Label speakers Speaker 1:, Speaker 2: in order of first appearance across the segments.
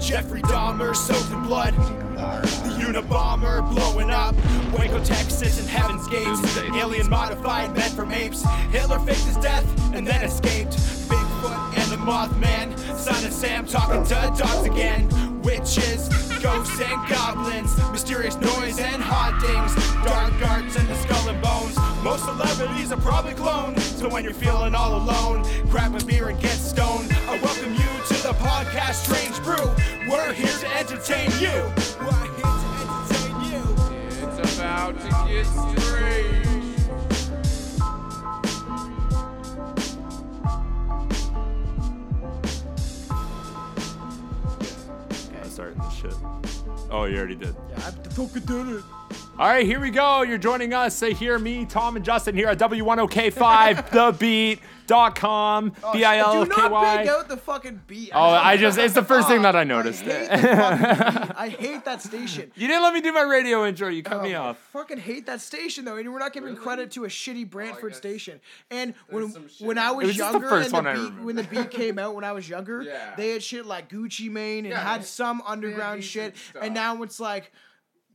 Speaker 1: Jeffrey Dahmer soaked in blood. The Unabomber blowing up. Waco, Texas, and Heaven's Gates. Alien modified men from apes. Hitler faked his death and then escaped. Bigfoot and the Mothman. Son of Sam talking to dogs again. Witches, ghosts, and goblins. Mysterious noise and hauntings. Dark arts and the skull and bones. Most celebrities are probably cloned. So when you're feeling all alone, grab a beer and get stoned. I welcome you to the podcast Strange Brew. We're here to entertain you. We're here to entertain you.
Speaker 2: It's about to get strange.
Speaker 3: I'm starting this shit. Oh, you already did.
Speaker 4: It's
Speaker 3: All right, here we go. You're joining us. Say, hear me, Tom and Justin here at W1OK5, thebeat.com,
Speaker 1: Oh,
Speaker 3: B I L
Speaker 4: Do
Speaker 3: F K
Speaker 4: not pick
Speaker 3: Y.
Speaker 4: out the fucking beat.
Speaker 3: Oh, I just, it's the first thing that I noticed.
Speaker 4: I hate, the fucking beat. I hate that station.
Speaker 3: You didn't let me do my radio intro. You cut me
Speaker 4: Oh, I
Speaker 3: off.
Speaker 4: fucking hate that station though, and we're not giving credit to a shitty Brantford station. And when when I was,
Speaker 3: It was just the
Speaker 4: younger,
Speaker 3: first
Speaker 4: and
Speaker 3: one
Speaker 4: the
Speaker 3: I
Speaker 4: beat,
Speaker 3: remember.
Speaker 4: when the beat came out, when I was younger,
Speaker 2: Yeah.
Speaker 4: they had shit like Gucci Mane and had some underground shit.
Speaker 2: decent
Speaker 4: And
Speaker 2: stuff.
Speaker 4: now it's like,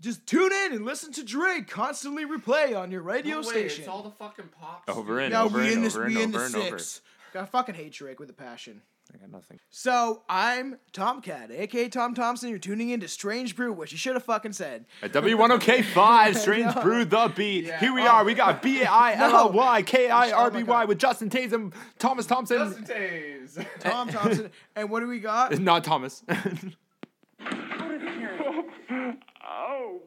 Speaker 4: just tune in and listen to Drake constantly replay on your radio
Speaker 2: Wait,
Speaker 4: station.
Speaker 2: it's all the fucking pop.
Speaker 3: Over and
Speaker 4: no,
Speaker 3: over
Speaker 4: we
Speaker 3: and
Speaker 4: in this,
Speaker 3: over and
Speaker 4: we in
Speaker 3: over
Speaker 4: the
Speaker 3: and over.
Speaker 4: six. I fucking hate Drake with a passion.
Speaker 3: I got nothing.
Speaker 4: So I'm Tomcat, aka Tom Thompson. You're tuning in to Strange Brew, which you should have fucking said.
Speaker 3: At W1OK5, Strange Brew the Beat. Here we are. We got B I L L Y K I R
Speaker 1: Oh
Speaker 3: B Y with Justin Tatum, Thomas Thompson.
Speaker 2: Taves.
Speaker 4: Tom Thompson. and what do we got?
Speaker 3: Not Thomas.
Speaker 1: Oh,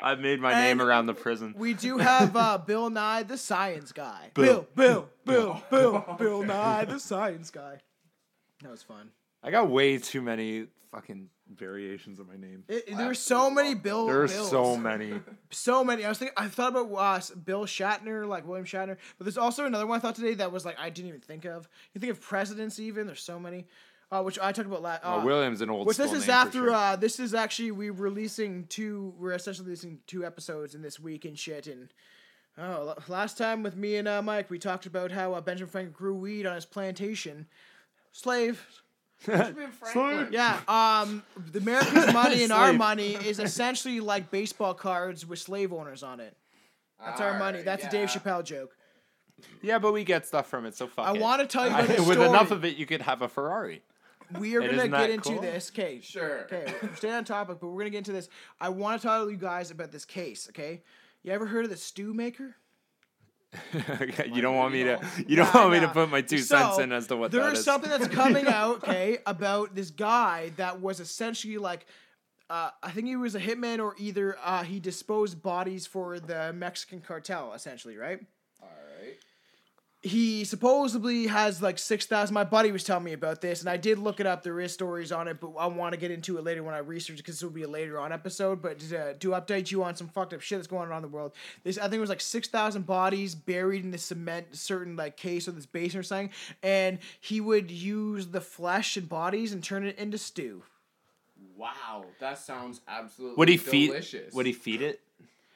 Speaker 3: I've made my name
Speaker 4: And
Speaker 3: around the prison.
Speaker 4: We do have uh, Bill Nye, the science guy. Bill, Bill, Bill, Bill, Bill Nye, the science guy. That was fun.
Speaker 3: I got way too many fucking variations of my name.
Speaker 4: It, it- there were so many Bill.
Speaker 3: There are
Speaker 4: Bills.
Speaker 3: so many.
Speaker 4: so many. I was thinking, I thought about uh, Bill Shatner, like William Shatner, but there's also another one I thought today that was like I didn't even think of. You think of presidents, even there's so many, uh, which I talked about last. Uh,
Speaker 3: Oh, William's an old.
Speaker 4: Which this
Speaker 3: school
Speaker 4: is
Speaker 3: name for
Speaker 4: after
Speaker 3: sure.
Speaker 4: uh this is actually we releasing two we're essentially releasing two episodes in this week and shit and oh l- last time with me and uh, Mike we talked about how uh, Benjamin Franklin grew weed on his plantation slave yeah um the Americans money and our
Speaker 3: Slave.
Speaker 4: money is essentially like baseball cards with slave owners on it that's our money that's a Dave Chappelle joke
Speaker 3: yeah, but we get stuff from it, so fuck
Speaker 4: I
Speaker 3: it.
Speaker 4: want to tell you
Speaker 3: I-
Speaker 4: about this
Speaker 3: With
Speaker 4: story.
Speaker 3: enough of it, you could have a Ferrari.
Speaker 4: we are
Speaker 3: And
Speaker 4: gonna
Speaker 3: isn't
Speaker 4: get
Speaker 3: that
Speaker 4: into
Speaker 3: cool?
Speaker 4: this case.
Speaker 2: Sure.
Speaker 4: Okay, stay on topic, but we're gonna get into this. I want to tell you guys about this case. Okay, you ever heard of the stew maker?
Speaker 3: you don't want me to. You don't want me to
Speaker 4: Nah.
Speaker 3: put my two
Speaker 4: So,
Speaker 3: cents in as to what that
Speaker 4: There's
Speaker 3: is.
Speaker 4: something that's coming out, okay, about this guy that was essentially like, uh, I think he was a hitman or either uh, he disposed bodies for the Mexican cartel, essentially, right? he supposedly has like 6,000. My buddy was telling me about this, and I did look it up. There is stories on it, but I want to get into it later when I research because this will be a later on episode. But to, to update you on some fucked up shit that's going on in the world, this I think it was like 6,000 bodies buried in this cement, certain like case or this basin or something, and he would use the flesh and bodies and turn it into stew.
Speaker 2: Wow, that sounds absolutely
Speaker 3: Would he feed?
Speaker 2: delicious.
Speaker 3: Would he feed it?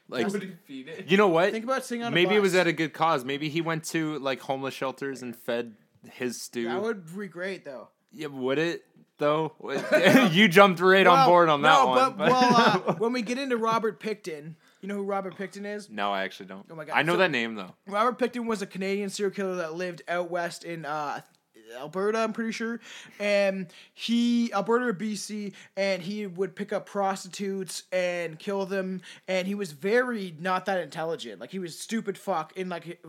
Speaker 3: Like,
Speaker 2: Would he feed it?
Speaker 3: you know what?
Speaker 4: Think about sitting on a
Speaker 3: Maybe it was
Speaker 4: bus.
Speaker 3: at a good cause. Maybe he went to like homeless shelters and fed his stew.
Speaker 4: That would be great though.
Speaker 3: yeah, would it though? you jumped right on board on that
Speaker 4: no,
Speaker 3: one.
Speaker 4: But, well, uh, when we get into Robert Picton, you know who Robert Picton is?
Speaker 3: no, I actually don't. Oh
Speaker 4: my God.
Speaker 3: I know
Speaker 4: So-
Speaker 3: that name though.
Speaker 4: Robert Picton was a Canadian serial killer that lived out west in uh, Alberta, I'm pretty sure, and he Alberta or BC, and he would pick up prostitutes and kill them, and he was very not that intelligent. Like he was stupid fuck in like.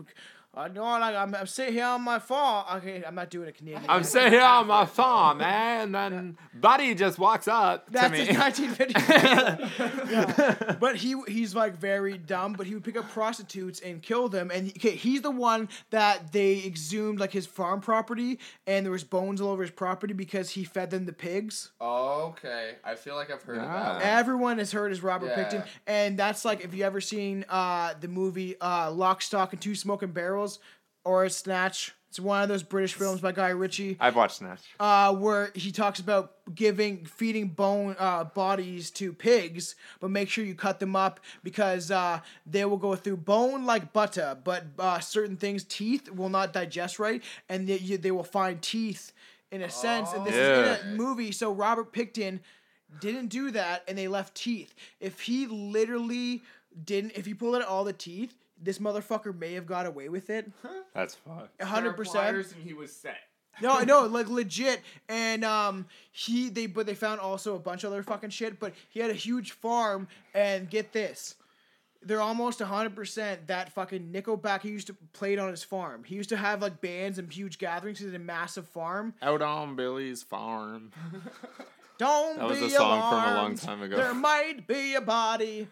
Speaker 4: I know, like I'm, I'm sitting here on my phone. Okay, I'm not doing a Canadian.
Speaker 3: I'm sitting here on my farm, man, and then Buddy just walks up to
Speaker 4: That's
Speaker 3: me.
Speaker 4: his 1950. yeah. But he he's like very dumb. But he would pick up prostitutes and kill them. And he- okay, he's the one that they exhumed like his farm property, and there was bones all over his property because he fed them the pigs.
Speaker 2: Okay, I feel like I've heard of that.
Speaker 4: Everyone has heard is Robert
Speaker 2: Yeah.
Speaker 4: Picton, and that's like if you ever seen uh, the movie uh, Lock, Stock, and Two Smoking Barrels or Snatch. It's one of those British films by Guy Ritchie
Speaker 3: I've watched Snatch.
Speaker 4: uh, where he talks about giving feeding bone uh, bodies to pigs, but make sure you cut them up because uh, they will go through bone like butter, but uh, certain things teeth will not digest right, and they, you, they will find teeth in a sense, and this
Speaker 5: Yeah.
Speaker 4: is in a movie. So Robert Picton didn't do that, and they left teeth. If he literally didn't, if he pulled out all the teeth, this motherfucker may have got away with it.
Speaker 5: That's fine.
Speaker 4: A hundred percent.
Speaker 2: And he was set.
Speaker 4: No, no, like legit. And um, he they but they found also a bunch of other fucking shit. But he had a huge farm, and get this. They're almost 100% that fucking Nickelback he used to played on his farm. He used to have like bands and huge gatherings. He had a massive farm.
Speaker 6: Out on Billy's farm.
Speaker 4: Don't
Speaker 6: That was
Speaker 4: be
Speaker 6: a song from a long
Speaker 4: alarmed.
Speaker 6: time ago.
Speaker 4: There might be a body.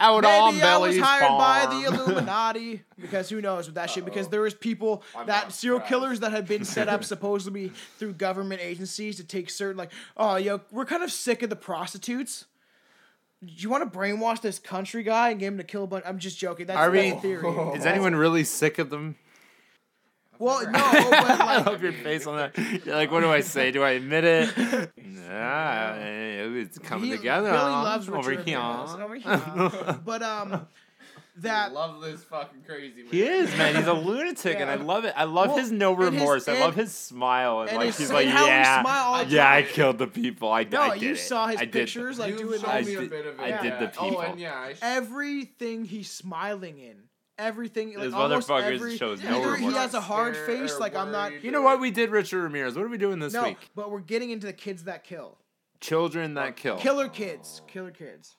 Speaker 6: Out on
Speaker 4: Maybe I was
Speaker 6: Billy's
Speaker 4: hired
Speaker 6: farm.
Speaker 4: by the Illuminati because who knows with that shit? Because there was people that
Speaker 2: not
Speaker 4: serial
Speaker 2: surprised.
Speaker 4: killers that had been set up supposedly through government agencies to take certain like, oh yo, we're kind of sick of the prostitutes. You want to brainwash this country guy and get him to kill a bunch? I'm just joking. That's
Speaker 5: I
Speaker 4: the
Speaker 5: mean-
Speaker 4: theory.
Speaker 5: Is anyone really sick of them?
Speaker 4: well, no, but
Speaker 5: I
Speaker 4: like,
Speaker 5: love your face on that. You're like, what do I say? Do I admit it? Nah, eh, it's coming
Speaker 4: he
Speaker 5: together.
Speaker 4: really
Speaker 5: huh?
Speaker 4: loves
Speaker 5: over
Speaker 4: Richard
Speaker 5: here.
Speaker 4: Dawson, over here. but um,
Speaker 2: I
Speaker 4: that
Speaker 2: love this fucking crazy. Man.
Speaker 5: He is, man. He's a lunatic, and I
Speaker 4: Yeah.
Speaker 5: love it. I love
Speaker 4: Well,
Speaker 5: his no
Speaker 4: and his-
Speaker 5: remorse. I love
Speaker 4: and-
Speaker 5: his smile, and,
Speaker 4: and
Speaker 5: like
Speaker 4: his-
Speaker 5: he's like,
Speaker 4: and how he
Speaker 5: yeah,
Speaker 4: smiled.
Speaker 5: yeah, I killed the people. I,
Speaker 4: no,
Speaker 5: I did
Speaker 4: you
Speaker 5: it.
Speaker 4: saw his
Speaker 5: I did.
Speaker 4: pictures like
Speaker 2: You've
Speaker 4: doing
Speaker 2: shown
Speaker 4: all
Speaker 5: I
Speaker 2: me a
Speaker 5: did-
Speaker 2: bit of it.
Speaker 5: I did the
Speaker 2: yeah. Oh,
Speaker 5: people.
Speaker 2: and yeah, I sh-
Speaker 4: everything he's smiling in. Everything like
Speaker 5: This
Speaker 4: almost
Speaker 5: motherfucker
Speaker 4: every,
Speaker 5: shows
Speaker 4: either
Speaker 5: no
Speaker 4: he
Speaker 5: remorse.
Speaker 4: has a hard
Speaker 2: Scared
Speaker 4: face,
Speaker 2: or
Speaker 4: like I'm not.
Speaker 2: worried.
Speaker 5: You know what? We did Richard Ramirez. What are we doing this
Speaker 4: No,
Speaker 5: week?
Speaker 4: but we're getting into the kids that kill.
Speaker 5: Children
Speaker 4: Uh,
Speaker 5: that kill.
Speaker 4: Killer kids, killer kids.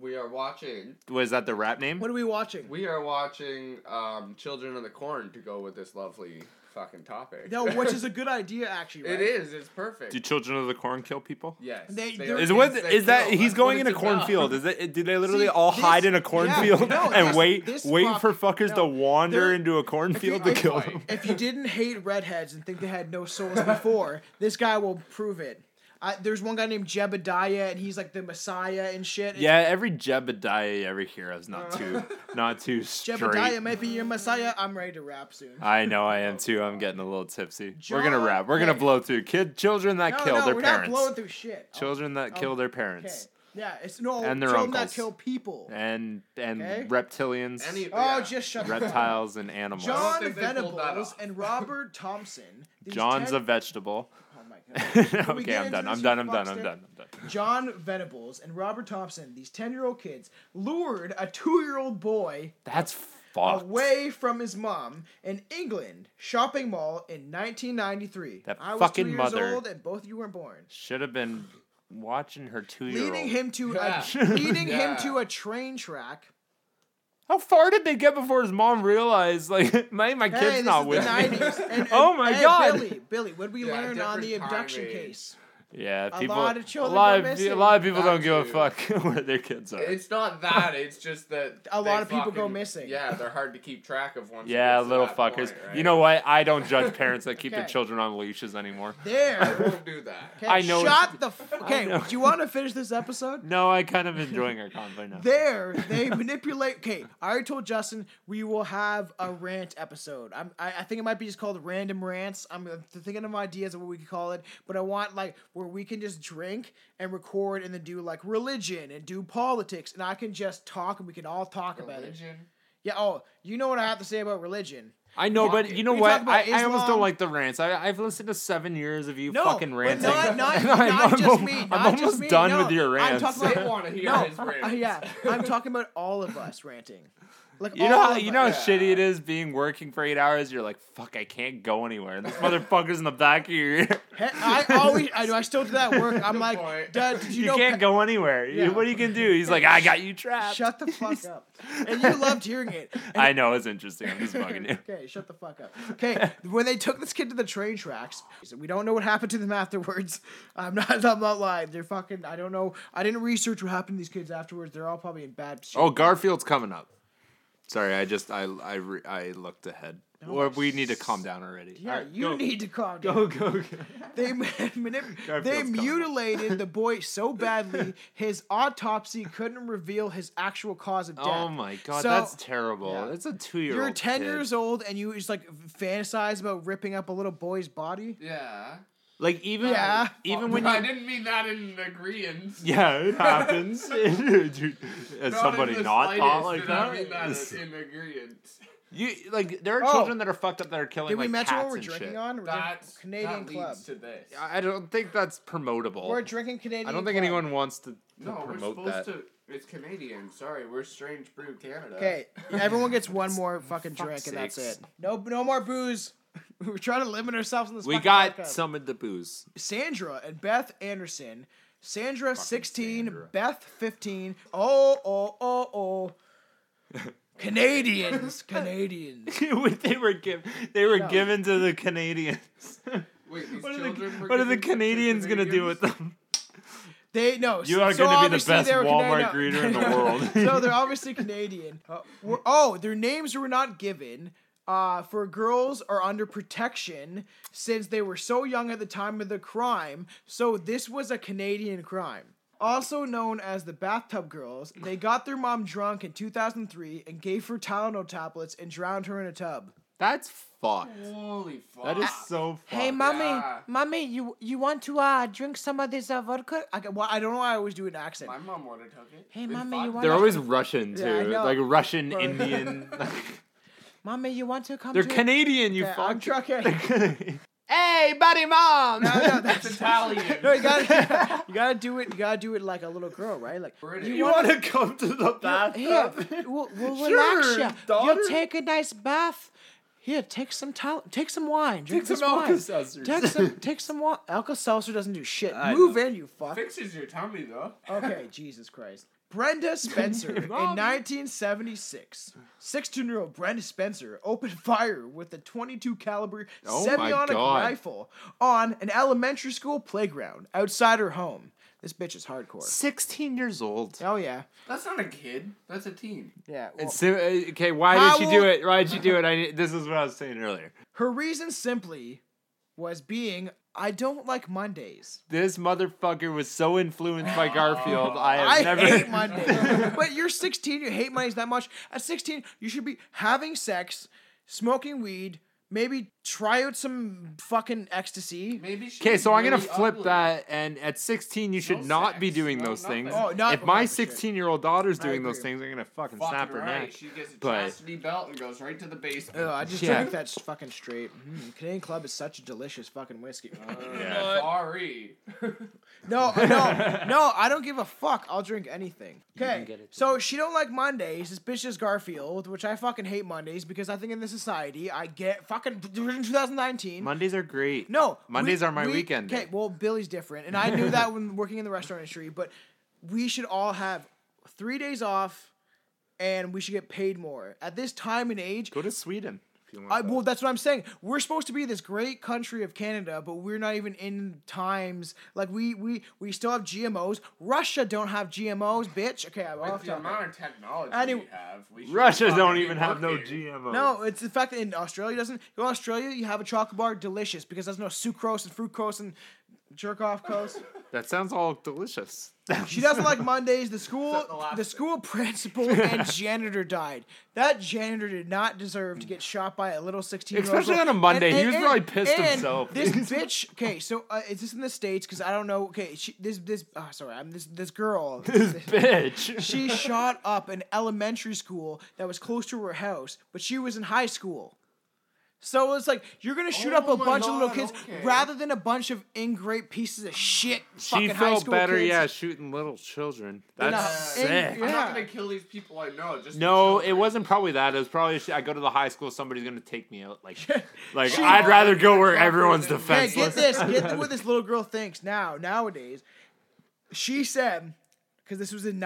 Speaker 2: we are watching.
Speaker 5: Was that the rap name?
Speaker 4: What are we watching?
Speaker 2: We are watching um, Children of the Corn to go with this lovely fucking topic.
Speaker 4: no, which is a good idea actually. Right?
Speaker 2: it is. It's perfect.
Speaker 5: Do Children of the Corn kill people?
Speaker 2: yes.
Speaker 4: They-
Speaker 2: they
Speaker 4: they're-
Speaker 2: are
Speaker 5: Is what
Speaker 2: kids
Speaker 5: is that?
Speaker 2: kill.
Speaker 5: He's
Speaker 2: That's
Speaker 5: going
Speaker 2: what
Speaker 5: in a
Speaker 2: it's about.
Speaker 5: cornfield. Is it? Do they literally
Speaker 4: See,
Speaker 5: all
Speaker 4: this-
Speaker 5: hide in a
Speaker 4: yeah,
Speaker 5: cornfield
Speaker 4: no,
Speaker 5: and
Speaker 4: this-
Speaker 5: wait,
Speaker 4: this
Speaker 5: wait
Speaker 4: fuck-
Speaker 5: for fuckers
Speaker 4: no,
Speaker 5: to wander
Speaker 4: they're-
Speaker 5: into a cornfield to
Speaker 4: if you-
Speaker 5: kill
Speaker 2: if-
Speaker 5: them?
Speaker 4: If you didn't hate redheads and think they had no souls before, this guy will prove it. I, there's one guy named Jebediah, and he's like the Messiah and shit.
Speaker 5: Yeah, every Jebediah you ever hear is not too, not too straight.
Speaker 4: Jebediah might be your Messiah. I'm ready to rap soon.
Speaker 5: I know I am too. I'm getting a little tipsy. we're gonna
Speaker 4: John
Speaker 5: rap. We're gonna
Speaker 4: Wick.
Speaker 5: blow through kid children that
Speaker 4: no,
Speaker 5: kill
Speaker 4: no,
Speaker 5: their
Speaker 4: we're
Speaker 5: parents.
Speaker 4: not blowing through shit. I'll
Speaker 5: children that kill their
Speaker 4: Okay.
Speaker 5: parents
Speaker 4: Yeah, it's no
Speaker 5: And their
Speaker 4: children
Speaker 5: uncles.
Speaker 4: that kill people.
Speaker 5: and and
Speaker 4: Okay.
Speaker 5: reptilians,
Speaker 2: Any,
Speaker 4: Oh,
Speaker 2: yeah.
Speaker 4: just shut up.
Speaker 5: reptiles, and animals.
Speaker 2: I don't
Speaker 4: John
Speaker 2: think they pulled that
Speaker 4: Venables
Speaker 2: off.
Speaker 4: and Robert Thompson. these
Speaker 5: John's
Speaker 4: ten-
Speaker 5: a vegetable.
Speaker 4: Oh my god. we
Speaker 5: okay,
Speaker 4: get
Speaker 5: I'm
Speaker 4: into
Speaker 5: done.
Speaker 4: this,
Speaker 5: I'm
Speaker 4: you
Speaker 5: done. I'm done.
Speaker 4: fucks,
Speaker 5: I'm
Speaker 4: dude?
Speaker 5: done. I'm done.
Speaker 4: John Venables and Robert Thompson, these 10 year old kids, lured a two year old boy
Speaker 5: That's fucked.
Speaker 4: away from his mom in England shopping mall in 1993.
Speaker 5: That
Speaker 4: I was
Speaker 5: fucking
Speaker 4: two years
Speaker 5: mother.
Speaker 4: old and both of you weren't born.
Speaker 5: Should have been watching her two-year-old.
Speaker 4: Leading him to
Speaker 2: Yeah.
Speaker 4: a, leading
Speaker 2: Yeah.
Speaker 4: him to a train track.
Speaker 5: How far did they get before his mom realized, like, my my
Speaker 4: Hey,
Speaker 5: kid's
Speaker 4: this
Speaker 5: not
Speaker 4: is
Speaker 5: with
Speaker 4: the
Speaker 5: me?
Speaker 4: 90s. And, and-
Speaker 5: Oh my
Speaker 4: hey,
Speaker 5: God.
Speaker 4: Billy, Billy, what we
Speaker 2: Yeah,
Speaker 4: learn on
Speaker 2: different
Speaker 4: the abduction
Speaker 2: timing.
Speaker 4: case?
Speaker 5: Yeah,
Speaker 4: A
Speaker 5: people.
Speaker 4: lot of children
Speaker 5: a lot
Speaker 4: go
Speaker 5: of pe- a
Speaker 4: missing.
Speaker 5: lot of people
Speaker 2: Got
Speaker 5: don't give a
Speaker 2: you.
Speaker 5: fuck where their kids are.
Speaker 2: It's not that. It's just that
Speaker 4: A lot
Speaker 2: they
Speaker 4: of people go
Speaker 2: fucking-
Speaker 4: missing.
Speaker 2: Yeah, they're hard to keep track of once. it
Speaker 5: yeah,
Speaker 2: gets to
Speaker 5: little
Speaker 2: that
Speaker 5: fuckers.
Speaker 2: point, right?
Speaker 5: You know what? I don't judge parents that keep their
Speaker 4: Okay.
Speaker 5: children on leashes anymore.
Speaker 4: There.
Speaker 2: Don't do that.
Speaker 4: Okay,
Speaker 5: I know
Speaker 4: Shut the. F- okay,
Speaker 5: know.
Speaker 4: do you want to finish this episode?
Speaker 5: No, I kind of enjoying our convo now.
Speaker 4: There, they manipulate. Okay, I already told Justin we will have a rant episode. I'm, I, I think it might be just called random rants. I'm thinking of ideas of what we could call it, but I want like where we can just drink and record and then do like religion and do politics, and I can just talk and we can all talk about it.
Speaker 2: Religion.
Speaker 4: Yeah. Oh, you know what I have to say about religion?
Speaker 5: I know, but
Speaker 2: Fuck
Speaker 5: you know
Speaker 4: We talked
Speaker 5: what?
Speaker 4: about
Speaker 5: I, I almost don't
Speaker 4: Islam.
Speaker 5: like the rants. I, I've listened to seven years of you
Speaker 4: No,
Speaker 5: fucking
Speaker 4: but
Speaker 5: ranting.
Speaker 4: not- not-
Speaker 5: and
Speaker 4: not
Speaker 5: I'm,
Speaker 4: just
Speaker 5: I'm-
Speaker 4: me,
Speaker 5: I'm
Speaker 4: not just
Speaker 5: almost
Speaker 4: me,
Speaker 5: done
Speaker 4: no.
Speaker 5: with your
Speaker 4: I'm
Speaker 5: rants.
Speaker 4: talking
Speaker 2: They
Speaker 4: about-
Speaker 2: want to hear
Speaker 4: No,
Speaker 2: his rants.
Speaker 4: uh, yeah, I'm talking about all of us ranting. Like
Speaker 5: You
Speaker 4: all
Speaker 5: know, how,
Speaker 4: of
Speaker 5: you know how
Speaker 4: us.
Speaker 5: shitty it is being working for eight hours. You're like, fuck, I can't go anywhere. And this motherfucker's in the back of your ear.
Speaker 4: Hey, I always, I do. I still do that at work. I'm
Speaker 2: Good
Speaker 4: like,
Speaker 2: point.
Speaker 4: Dad, did you,
Speaker 5: You
Speaker 4: know?
Speaker 5: can't go anywhere. You-
Speaker 4: Yeah.
Speaker 5: What you can do? He's like, I got you trapped.
Speaker 4: Shut the fuck up. And you loved hearing it. And-
Speaker 5: I know it's interesting. I'm just bugging you.
Speaker 4: Okay, shut the fuck up. Okay, when they took this kid to the train tracks, we don't know what happened to them afterwards. I'm not, I'm not lying. They're fucking. I don't know. I didn't research what happened to these kids afterwards. They're all probably in bad shape.
Speaker 6: Oh, Garfield's coming up. Sorry, I just I I, re, I looked ahead. Well, we need to calm down already.
Speaker 4: Yeah, you need to calm down.
Speaker 5: Go, go, go.
Speaker 4: They manip-
Speaker 5: Garfield's
Speaker 4: they
Speaker 5: coming up.
Speaker 4: mutilated the boy so badly his autopsy couldn't reveal his actual cause of death.
Speaker 5: Oh my god,
Speaker 4: So-
Speaker 5: that's terrible.
Speaker 4: Yeah.
Speaker 5: That's a two year old.
Speaker 4: You're 10 years old and you just like fantasize about ripping up a little boy's body?
Speaker 2: Yeah.
Speaker 5: Like even
Speaker 4: Yeah.
Speaker 5: even when
Speaker 2: I
Speaker 5: you
Speaker 2: didn't mean that in agreement.
Speaker 5: yeah, it happens. Dude, Has
Speaker 2: Not in
Speaker 5: somebody
Speaker 2: the
Speaker 5: not
Speaker 2: slightest
Speaker 5: thought like
Speaker 2: did I mean
Speaker 5: that?
Speaker 2: that in agreement.
Speaker 5: You like there are
Speaker 4: Oh.
Speaker 5: children that are fucked up that are killing
Speaker 4: Did we
Speaker 5: like
Speaker 4: mention
Speaker 5: cats
Speaker 4: what we're
Speaker 5: and
Speaker 4: drinking
Speaker 5: shit.
Speaker 4: on? We're
Speaker 2: That's
Speaker 4: drinking Canadian
Speaker 2: that
Speaker 4: Club.
Speaker 2: leads to this.
Speaker 5: I I don't think that's promotable.
Speaker 4: We're drinking Canadian.
Speaker 5: I don't think
Speaker 4: Club.
Speaker 5: anyone wants to, to
Speaker 2: no, we're
Speaker 5: promote
Speaker 2: supposed
Speaker 5: that.
Speaker 2: to. It's Canadian. Sorry, we're Strange Brew Canada.
Speaker 4: Okay, everyone gets one more fucking drink and that's
Speaker 5: sakes.
Speaker 4: it. No, no more booze. We're trying to limit ourselves in this.
Speaker 5: We
Speaker 4: fucking
Speaker 5: got
Speaker 4: podcast.
Speaker 5: some of the booze.
Speaker 4: Sandra and Beth Anderson. Sandra sixteen, Beth fifteen. Oh oh oh oh. Canadians, Canadians.
Speaker 5: What they were given, they were
Speaker 4: No.
Speaker 5: given to the Canadians.
Speaker 2: Wait, these
Speaker 5: what are the,
Speaker 2: children. were
Speaker 5: what are the
Speaker 2: given to
Speaker 5: Canadians gonna do with them?
Speaker 4: They no.
Speaker 5: You are
Speaker 4: so
Speaker 5: gonna be the
Speaker 4: obviously
Speaker 5: best
Speaker 4: they were
Speaker 5: Walmart
Speaker 4: Canadian-
Speaker 5: greeter in the world.
Speaker 4: so they're obviously Canadian. Uh, we're- oh, their names were not given. Uh, for girls are under protection since they were so young at the time of the crime. So this was a Canadian crime. Also known as the Bathtub Girls, they got their mom drunk in 2003 and gave her Tylenol tablets and drowned her in a tub.
Speaker 5: That's fucked.
Speaker 2: Holy fuck.
Speaker 5: That is so fucked.
Speaker 4: Ah. Hey, mommy,
Speaker 2: yeah.
Speaker 4: mommy, you you want to uh drink some of this uh, vodka? I, ca- well, I don't know why I always do an accent.
Speaker 2: My mom wanted to it.
Speaker 4: Hey,
Speaker 2: It's
Speaker 4: mommy, you
Speaker 2: vodka.
Speaker 4: want-
Speaker 5: They're always Russian too,
Speaker 4: Yeah, I know.
Speaker 5: like Russian
Speaker 4: Or-
Speaker 5: Indian.
Speaker 4: Mommy, you want to come?
Speaker 5: They're
Speaker 4: to-
Speaker 5: Canadian. You
Speaker 4: Yeah, I'm
Speaker 5: fuck.
Speaker 4: trucking.
Speaker 5: hey, buddy, mom.
Speaker 2: It's Italian.
Speaker 4: No, you gotta, you gotta do it. You gotta do it like a little girl, right? Like
Speaker 2: British.
Speaker 4: you
Speaker 2: You
Speaker 4: want
Speaker 5: to come to the
Speaker 4: here. We'll, we'll
Speaker 5: Sure,
Speaker 4: relax you.
Speaker 5: daughter.
Speaker 4: You'll take a nice bath. Here, take some tal- take some wine. Drink
Speaker 5: Take
Speaker 4: this
Speaker 5: some
Speaker 4: wine.
Speaker 5: Alka-Seltzers.
Speaker 4: Take some take some wine. Alka Seltzer doesn't do shit.
Speaker 5: I
Speaker 4: Move
Speaker 5: know.
Speaker 4: in, you fuck.
Speaker 2: Fixes your tummy though.
Speaker 4: Okay, Jesus Christ. Brenda Spencer in 1976. 16-year-old Brenda Spencer opened fire with a 22 caliber
Speaker 5: Oh my
Speaker 4: semiotic
Speaker 5: God.
Speaker 4: rifle on an elementary school playground outside her home. This bitch is hardcore.
Speaker 5: Sixteen years old.
Speaker 4: Oh yeah.
Speaker 2: That's not a kid. That's a teen.
Speaker 4: Yeah. well-
Speaker 5: And so- uh, okay, why
Speaker 4: How
Speaker 5: did she do
Speaker 4: old-
Speaker 5: it? Why did she do it? I, this is what I was saying earlier.
Speaker 4: Her reason simply was being, I don't like Mondays.
Speaker 5: This motherfucker was so influenced by Garfield. I have
Speaker 4: I
Speaker 5: never.
Speaker 4: hate Mondays. but you're 16, you hate Mondays that much. At 16, you should be having sex, smoking weed, maybe try out some fucking ecstasy.
Speaker 2: Maybe she.
Speaker 5: Okay,
Speaker 2: was
Speaker 5: so I'm gonna
Speaker 2: really
Speaker 5: flip
Speaker 2: ugly.
Speaker 5: that, and at 16, you should not be
Speaker 2: sex,
Speaker 5: doing
Speaker 2: no
Speaker 5: those
Speaker 2: nothing.
Speaker 5: things.
Speaker 4: Oh, not-
Speaker 5: if my
Speaker 4: oh, for sure.
Speaker 5: 16 year old daughter's doing those
Speaker 4: agree.
Speaker 5: things, I'm gonna fucking,
Speaker 2: Fucking
Speaker 5: snap her
Speaker 2: right.
Speaker 5: neck.
Speaker 2: She gets a
Speaker 5: But-
Speaker 2: chastity belt and goes right to the basement.
Speaker 4: Ugh, I just
Speaker 5: Yeah.
Speaker 4: drank that sh- fucking straight. Mm, Canadian Club is such a delicious fucking whiskey.
Speaker 5: Yeah.
Speaker 2: Sorry.
Speaker 4: No, no, no, I don't give a fuck. I'll drink anything. Okay. So she don't like Mondays. This bitch is Garfield, which I fucking hate Mondays because I think in this society I get fucking we're in 2019.
Speaker 5: Mondays are great.
Speaker 4: No.
Speaker 5: Mondays
Speaker 4: we-
Speaker 5: are my
Speaker 4: we-
Speaker 5: weekend.
Speaker 4: Okay, well, Billy's different. And I knew that when working in the restaurant industry, but we should all have three days off and we should get paid more. At this time and age,
Speaker 5: Go to Sweden if you want.
Speaker 4: I,
Speaker 5: that.
Speaker 4: well, that's what I'm saying. We're supposed to be this great country of Canada, but we're not even in times. Like we we we still have GMOs. Russia don't have GMos, bitch. Okay, I'm
Speaker 2: With
Speaker 4: off
Speaker 2: the
Speaker 4: topic.
Speaker 2: amount of technology
Speaker 4: Any-
Speaker 2: we have, we should
Speaker 5: Russia
Speaker 2: fucking
Speaker 5: don't
Speaker 2: be
Speaker 5: even have no
Speaker 2: working.
Speaker 5: GMO.
Speaker 4: No, it's the fact that in Australia doesn't. In Australia, you have a chocolate bar, delicious because there's no sucrose and fructose and jerk off coast.
Speaker 5: that sounds all delicious.
Speaker 4: She doesn't like Mondays. The school,
Speaker 2: Except the last
Speaker 4: the
Speaker 2: bit.
Speaker 4: school principal and janitor died. That janitor did not deserve to get shot by a little sixteen-year-old.
Speaker 5: Especially on a Monday. He was probably pissed
Speaker 4: and
Speaker 5: himself.
Speaker 4: This bitch. Okay, so uh, is this in the states? Because I don't know. Okay, she, this this. Oh, sorry, I'm this this girl.
Speaker 5: Bitch.
Speaker 4: she shot up an elementary school that was close to her house, but she was in high school. So it's like you're gonna shoot up
Speaker 2: Oh
Speaker 4: a
Speaker 2: my
Speaker 4: bunch of little
Speaker 2: God,
Speaker 4: kids
Speaker 2: okay.
Speaker 4: rather than a bunch of ingrate pieces of shit.
Speaker 5: She
Speaker 4: fucking high
Speaker 5: felt
Speaker 4: school
Speaker 5: better,
Speaker 4: kids.
Speaker 5: yeah, shooting little children. That's
Speaker 4: In a- in-
Speaker 5: sick.
Speaker 2: I'm
Speaker 4: Yeah.
Speaker 2: not gonna kill these people I know. Just
Speaker 5: No,
Speaker 2: to
Speaker 5: it wasn't probably that. It was probably sh- I go to the high school. Somebody's gonna take me out. Like, like
Speaker 4: She-
Speaker 5: I'd rather go where
Speaker 2: Fucking
Speaker 5: everyone's
Speaker 2: thing.
Speaker 4: Hey, get
Speaker 5: defenseless.
Speaker 4: this. Get what this little girl thinks now, nowadays. She said, because this was in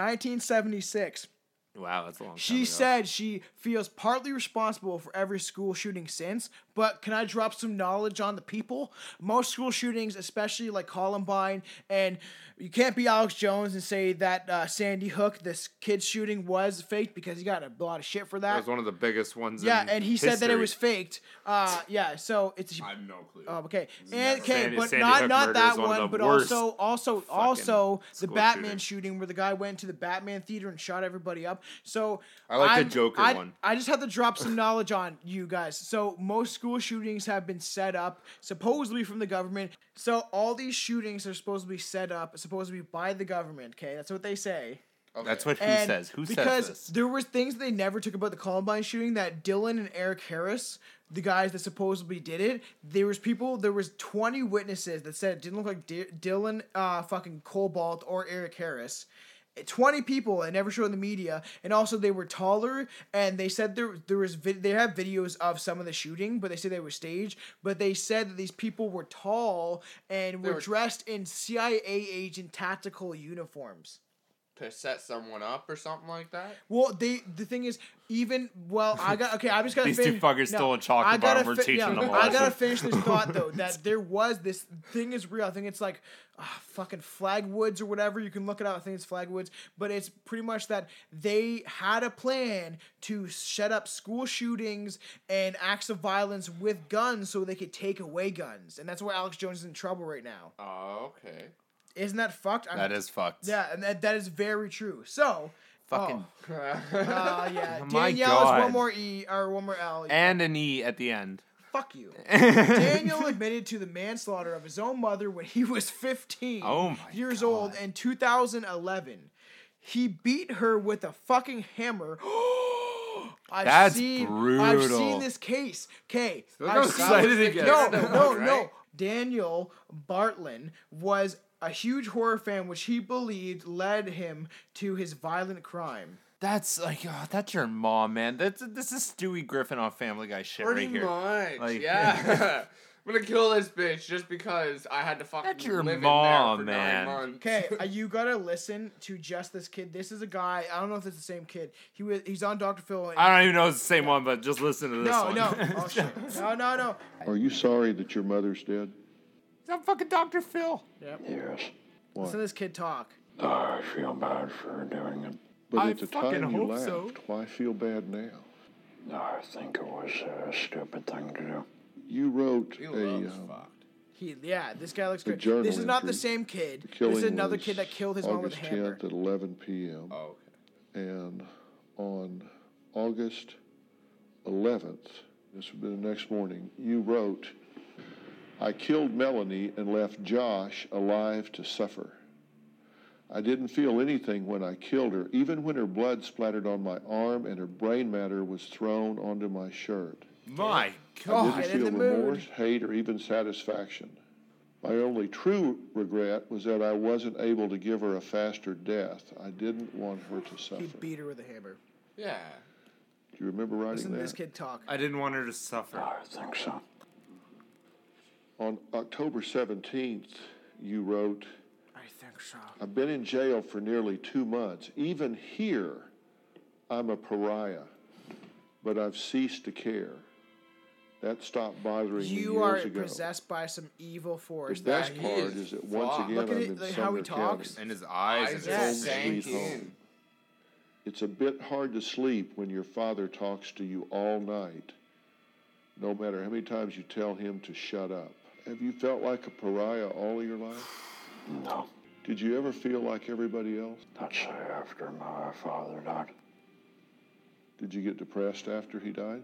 Speaker 4: 1976,
Speaker 5: Wow, that's a long. Time
Speaker 4: she
Speaker 5: ago.
Speaker 4: said she feels partly responsible for every school shooting since, but can I drop some knowledge on the people? Most school shootings, especially like Columbine, and you can't be Alex Jones and say that uh, Sandy Hook, this kid shooting, was faked because he got a lot of shit for
Speaker 5: That
Speaker 4: that.
Speaker 5: was one of the biggest ones.
Speaker 4: Yeah,
Speaker 5: in
Speaker 4: and he said that it
Speaker 5: history.
Speaker 4: was faked. Uh, yeah, so it's
Speaker 2: I have no clue.
Speaker 4: Oh, okay. And okay,
Speaker 5: Sandy-
Speaker 4: but
Speaker 5: Sandy
Speaker 4: not
Speaker 5: Hook
Speaker 4: not
Speaker 5: murder
Speaker 4: that
Speaker 5: is one
Speaker 4: one,
Speaker 5: of the
Speaker 4: but
Speaker 5: worst
Speaker 4: also also also the
Speaker 5: school
Speaker 4: Batman
Speaker 5: shootings.
Speaker 4: shooting where the guy went to the Batman theater and shot everybody up. So
Speaker 5: I like the
Speaker 4: I'm-
Speaker 5: Joker
Speaker 4: I,
Speaker 5: one.
Speaker 4: I just have to drop some knowledge on you guys. So most school shootings have been set up supposedly from the government. So all these shootings are supposed to be set up supposed to be by the government. Okay, that's what they say.
Speaker 5: That's what he
Speaker 4: And
Speaker 5: says. Who
Speaker 4: because
Speaker 5: says this?
Speaker 4: there were things they never took about the Columbine shooting that Dylan and Eric Harris, the guys that supposedly did it, there was people. There was twenty witnesses that said it didn't look like D- Dylan, uh, fucking Cobalt or Eric Harris. Twenty people and never showed in the media, and also they were taller. And they said there there was vid- they have videos of some of the shooting, but they said they were staged. But they said that these people were tall and were,
Speaker 2: were-
Speaker 4: dressed in CIA agent tactical uniforms.
Speaker 2: to set someone up or something like that.
Speaker 4: Well, they the thing is, even well, I got okay. I just gotta
Speaker 5: These two
Speaker 4: finish.
Speaker 5: fuckers stole a chocolate
Speaker 4: I
Speaker 5: bar and
Speaker 4: gotta
Speaker 5: we're
Speaker 4: fi-
Speaker 5: teaching them a
Speaker 4: I gotta
Speaker 5: lesson.
Speaker 4: finish this thought though that there was this thing is real. I think it's like ah, fucking Flagwoods or whatever. You can look it up. I think it's Flagwoods, but it's pretty much that they had a plan to shut up school shootings and acts of violence with guns so they could take away guns, and that's why Alex Jones is in trouble right now.
Speaker 2: Oh, okay.
Speaker 4: Isn't that fucked? I'm-
Speaker 5: That is fucked.
Speaker 4: yeah, and that, that is very true. So.
Speaker 5: Fucking Oh
Speaker 4: oh. Uh, yeah.
Speaker 5: My
Speaker 4: Danielle is one
Speaker 5: God.
Speaker 4: more E or one more L.
Speaker 5: and an e at the end.
Speaker 4: Fuck you. Daniel admitted to the manslaughter of his own mother when he was 15
Speaker 5: Oh my
Speaker 4: years old in 2011. He beat her with a fucking hammer. I've
Speaker 5: That's
Speaker 4: seen, I've
Speaker 5: brutal.
Speaker 4: seen this case. Okay.
Speaker 2: Look how excited it gets.
Speaker 4: No,
Speaker 2: That
Speaker 4: no,
Speaker 2: one,
Speaker 4: no.
Speaker 2: right?
Speaker 4: Daniel Bartlin was a huge horror fan, which he believed led him to his violent crime.
Speaker 5: That's like, oh, that's your mom, man. That's this is Stewie Griffin on Family Guy shit
Speaker 2: Pretty
Speaker 5: right here.
Speaker 2: much.
Speaker 5: Like-
Speaker 2: yeah. I'm gonna kill this bitch just because I had to fucking
Speaker 5: That's your
Speaker 2: live in there
Speaker 5: mom,
Speaker 2: for
Speaker 5: man.
Speaker 2: nine months.
Speaker 4: Okay, uh, you gotta listen to just this kid. This is a guy. I don't know if it's the same kid. He was. He's on Dr. Phil. And,
Speaker 5: I don't even know it's the same one, but just listen to this
Speaker 4: no,
Speaker 5: one.
Speaker 4: no. Oh shit. No, no, no.
Speaker 7: Are you sorry that your mother's dead?
Speaker 5: I'm fucking Dr. Phil.
Speaker 7: Yes.
Speaker 4: Listen to this kid talk.
Speaker 7: I feel bad for doing it. But
Speaker 5: I
Speaker 7: at the
Speaker 5: fucking
Speaker 7: time you
Speaker 5: hope
Speaker 7: laughed,
Speaker 5: so.
Speaker 7: why feel bad now?
Speaker 8: I think it was a stupid thing to do.
Speaker 7: You wrote
Speaker 2: He
Speaker 7: a.
Speaker 2: loves
Speaker 7: um,
Speaker 2: fucked.
Speaker 4: He, yeah, this guy looks good.
Speaker 7: journal
Speaker 4: This is not the
Speaker 7: entry.
Speaker 4: same kid. This
Speaker 7: killing
Speaker 4: is another
Speaker 7: was
Speaker 4: kid that killed his mom with a
Speaker 7: August
Speaker 4: hammer.
Speaker 7: 10th at 11 p.m.
Speaker 2: Oh, okay.
Speaker 7: And on August 11th, this would be the next morning, you wrote, I killed Melanie and left Josh alive to suffer. I didn't feel anything when I killed her, even when her blood splattered on my arm and her brain matter was thrown onto my shirt.
Speaker 5: My
Speaker 7: I
Speaker 5: God.
Speaker 7: didn't
Speaker 4: Get in
Speaker 7: feel
Speaker 4: the mood.
Speaker 7: remorse, hate, or even satisfaction. My only true regret was that I wasn't able to give her a faster death. I didn't want her to suffer.
Speaker 4: He
Speaker 7: Do
Speaker 4: beat her with a hammer.
Speaker 2: Yeah.
Speaker 7: you remember writing
Speaker 4: Listen to
Speaker 7: that?
Speaker 4: this kid talk.
Speaker 5: I didn't want her to suffer.
Speaker 8: I think so.
Speaker 7: On October 17th, you wrote,
Speaker 4: I think so.
Speaker 7: I've been in jail for nearly two months. Even here, I'm a pariah, but I've ceased to care. That stopped bothering me
Speaker 4: You
Speaker 7: years
Speaker 4: are
Speaker 7: ago.
Speaker 4: possessed by some evil force.
Speaker 7: the best
Speaker 2: he
Speaker 7: part
Speaker 2: is
Speaker 7: is, that once
Speaker 2: flawed.
Speaker 7: again,
Speaker 4: Look at
Speaker 7: I'm
Speaker 4: it,
Speaker 7: in
Speaker 4: like
Speaker 7: Sumner
Speaker 4: how he
Speaker 7: County.
Speaker 4: talks.
Speaker 5: And his eyes.
Speaker 2: Eyes
Speaker 5: and
Speaker 4: Yes.
Speaker 2: just sank
Speaker 7: Sweet home.
Speaker 2: in.
Speaker 7: It's a bit hard to sleep when your father talks to you all night, no matter how many times you tell him to shut up. Have you felt like a pariah all your life?
Speaker 8: No.
Speaker 7: Did you ever feel like everybody else?
Speaker 8: That's after my father died.
Speaker 7: Did you get depressed after he died?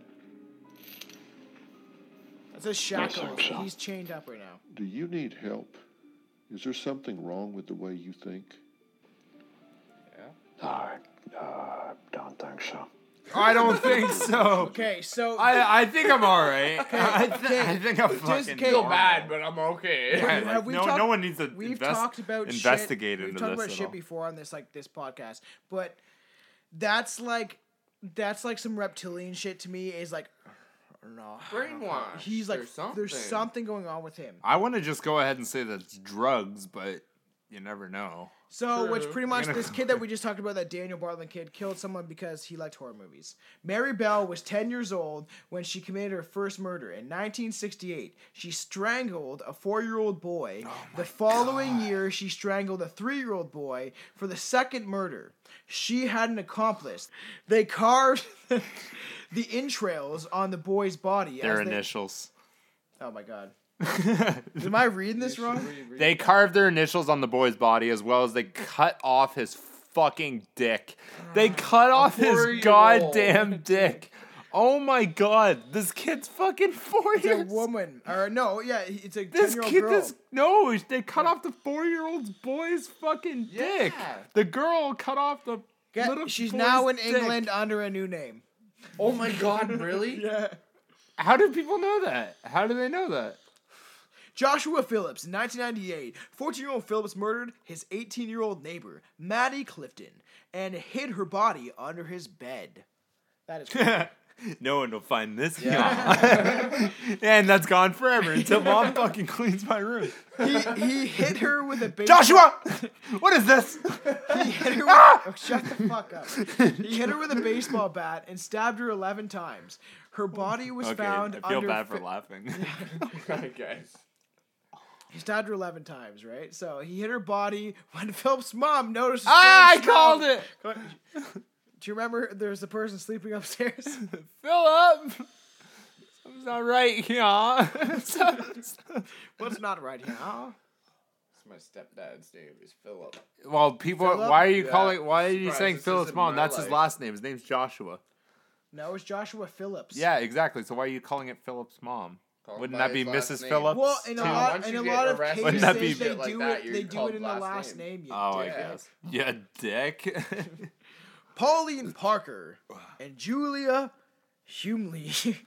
Speaker 4: That's a shackle.
Speaker 8: think so.
Speaker 4: He's chained up right now.
Speaker 7: Do you need help? Is there something wrong with the way you think?
Speaker 8: I uh, don't think so.
Speaker 5: I don't think so.
Speaker 4: Okay, so
Speaker 5: I, I think I'm all right. I, th- I think I'm
Speaker 4: Just
Speaker 5: fucking
Speaker 4: okay.
Speaker 2: Feel
Speaker 5: normal.
Speaker 2: bad, but I'm okay.
Speaker 5: Yeah,
Speaker 4: Have
Speaker 5: like,
Speaker 4: we
Speaker 5: no,
Speaker 4: talked-
Speaker 5: no one needs to
Speaker 4: we've
Speaker 5: invest,
Speaker 4: talked about
Speaker 5: investigate
Speaker 4: shit.
Speaker 5: into
Speaker 4: We've talked
Speaker 5: this
Speaker 4: about
Speaker 5: at
Speaker 4: shit
Speaker 5: all.
Speaker 4: before on this like this podcast, but that's like that's like some reptilian shit to me. Is like, no,
Speaker 2: Brainwash.
Speaker 4: he's like
Speaker 2: or something.
Speaker 4: there's something going on with him.
Speaker 5: I want to just go ahead and say that's drugs, but you never know.
Speaker 4: So, which
Speaker 2: True.
Speaker 4: pretty much this kid that we just talked about, that Daniel Bartlin kid, killed someone because he liked horror movies. Mary Bell was 10 years old when she committed her first murder in 1968. She strangled a four year old
Speaker 5: Oh
Speaker 4: boy. the following year, she strangled a three year old boy for the second murder. She had an accomplice. They carved the entrails on the boy's body.
Speaker 5: Their
Speaker 4: as they-
Speaker 5: initials.
Speaker 4: Oh my god. Am I reading this wrong?
Speaker 5: They carved their initials on the boy's body as well as they cut off his fucking dick. They cut off his
Speaker 2: four-year-old.
Speaker 5: goddamn dick Oh my god, this kid's fucking four
Speaker 4: It's a
Speaker 5: years.
Speaker 4: woman, or no, yeah, it's a
Speaker 5: This
Speaker 4: ten-year-old
Speaker 5: kid,
Speaker 4: girl.
Speaker 5: this no, they cut off the four-year-old's boy's fucking dick.
Speaker 2: Yeah.
Speaker 5: The girl cut off the
Speaker 4: Get-
Speaker 5: little.
Speaker 4: she's
Speaker 5: boy's
Speaker 4: now in
Speaker 5: dick.
Speaker 4: England under a new name.
Speaker 2: Oh my god, really?
Speaker 4: Yeah.
Speaker 5: How do people know that? How do they know that?
Speaker 4: Joshua Phillips, 1998. 14 year old Phillips murdered his 18 year old neighbor, Maddie Clifton, and hid her body under his bed. That is crazy.
Speaker 5: No one will find this. and that's gone forever until mom fucking cleans my room.
Speaker 4: he, he hit her with a baseball
Speaker 5: Joshua! Ah! What is this?
Speaker 4: He hit her with, oh, shut the fuck up. He hit her with a baseball bat and stabbed her 11 times. Her body was found under fi-
Speaker 5: laughing.
Speaker 2: I guess.
Speaker 4: He stabbed her 11 times, right? So he hit her body when Phillips' mom noticed.
Speaker 5: ah, I
Speaker 4: strange smell.
Speaker 5: called it!
Speaker 4: Do you remember there's a person sleeping upstairs?
Speaker 5: Philip! Something's not right here. Something's-
Speaker 4: What's not right here? huh?
Speaker 2: It's my stepdad's name is Philip.
Speaker 5: well, people,
Speaker 4: Philip?
Speaker 5: why are you
Speaker 2: Yeah.
Speaker 5: calling, why are you
Speaker 2: Surprise,
Speaker 5: saying
Speaker 2: this
Speaker 5: Philip's
Speaker 2: isn't
Speaker 5: mom?
Speaker 2: my
Speaker 5: That's his
Speaker 2: life.
Speaker 5: last name. His name's Joshua.
Speaker 4: No, it's Joshua Phillips.
Speaker 5: Yeah, exactly. So why are you calling it Philip's mom?
Speaker 2: Call him
Speaker 5: Wouldn't
Speaker 2: by
Speaker 5: that be
Speaker 2: his last
Speaker 5: Mrs.
Speaker 2: name.
Speaker 5: Phillips?
Speaker 4: Well, in a
Speaker 5: too?
Speaker 4: lot,
Speaker 2: once
Speaker 4: in
Speaker 2: you
Speaker 4: a
Speaker 2: get
Speaker 4: lot of
Speaker 2: arrested
Speaker 4: cases,
Speaker 5: for
Speaker 4: they
Speaker 5: shit
Speaker 4: do
Speaker 2: like
Speaker 4: it.
Speaker 2: that, you're
Speaker 4: they do
Speaker 2: called
Speaker 4: it in the
Speaker 2: last
Speaker 4: last
Speaker 2: name.
Speaker 4: name. you
Speaker 5: Oh, I
Speaker 4: dick.
Speaker 2: Yeah.
Speaker 5: guess. Yeah, dick.
Speaker 4: Pauline Parker and Julia Humley.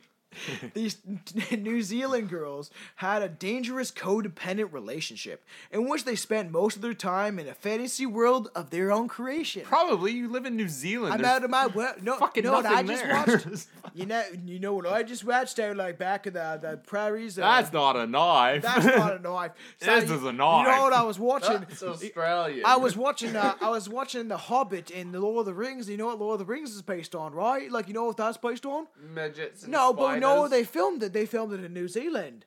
Speaker 4: These New Zealand girls had a dangerous codependent relationship in which they spent most of their time in a fantasy world of their own creation.
Speaker 5: Probably. You live in New Zealand.
Speaker 4: I'm
Speaker 5: There's
Speaker 4: out of my world. No,
Speaker 5: fucking
Speaker 4: no, what I
Speaker 5: nothing
Speaker 4: just
Speaker 5: there.
Speaker 4: watched. You know, you know what I just watched out like back in the, the prairies. uh,
Speaker 5: That's not a knife.
Speaker 4: that's not a knife.
Speaker 5: This
Speaker 4: you-
Speaker 5: is a
Speaker 4: You know
Speaker 5: knife.
Speaker 4: what I was watching?
Speaker 2: That's Australian.
Speaker 4: I was watching. Uh, I was watching The Hobbit and The Lord of the Rings. You know what Lord of the Rings is based on, right? Like you know what that's based on?
Speaker 2: midgets. and
Speaker 4: No, but no,
Speaker 2: Mm, spiders.
Speaker 4: they filmed it. They filmed it in New Zealand,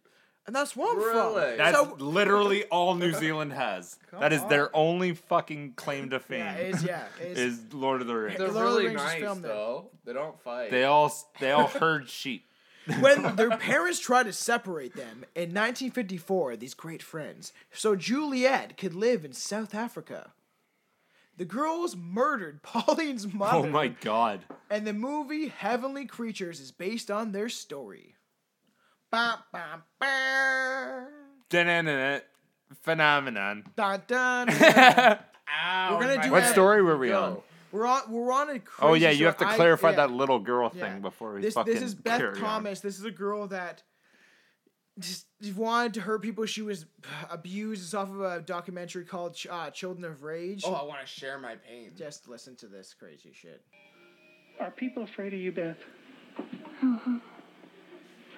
Speaker 4: and that's where I'm from.
Speaker 2: Really?
Speaker 5: That's
Speaker 4: so,
Speaker 5: literally all New Zealand has. that is their only fucking claim to fame.
Speaker 4: yeah, it is yeah, it is.
Speaker 5: is Lord of the Rings.
Speaker 2: They're
Speaker 4: Lord of the
Speaker 2: really
Speaker 4: Rings was
Speaker 2: nice
Speaker 4: filmed there.
Speaker 2: though. They don't fight.
Speaker 5: They all s- they all herd sheep.
Speaker 4: when their parents tried to separate them in 1954, these great friends, so Juliet could live in South Africa. The girls murdered Pauline's mother.
Speaker 5: Oh my god.
Speaker 4: And the movie Heavenly Creatures is based on their story. Ba, ba, ba.
Speaker 5: Da-na-na-na. Phenomenon.
Speaker 4: Dun, dun, dun. we're gonna do
Speaker 5: What
Speaker 4: that.
Speaker 5: story were we
Speaker 2: Go.
Speaker 5: on?
Speaker 4: We're on. We're on a. Crazy
Speaker 5: Oh yeah, you
Speaker 4: story.
Speaker 5: have to
Speaker 4: I-
Speaker 5: clarify
Speaker 4: yeah,
Speaker 5: that little girl thing
Speaker 4: yeah.
Speaker 5: before we
Speaker 4: this,
Speaker 5: fucking
Speaker 4: This is Beth
Speaker 5: carry on.
Speaker 4: Thomas. This is a girl that just wanted to hurt people. She was abused. It's off of a documentary called Ch- uh, "Children of Rage."
Speaker 2: Oh, I want to share my pain.
Speaker 4: Just listen to this crazy shit.
Speaker 9: Are people afraid of you, Beth?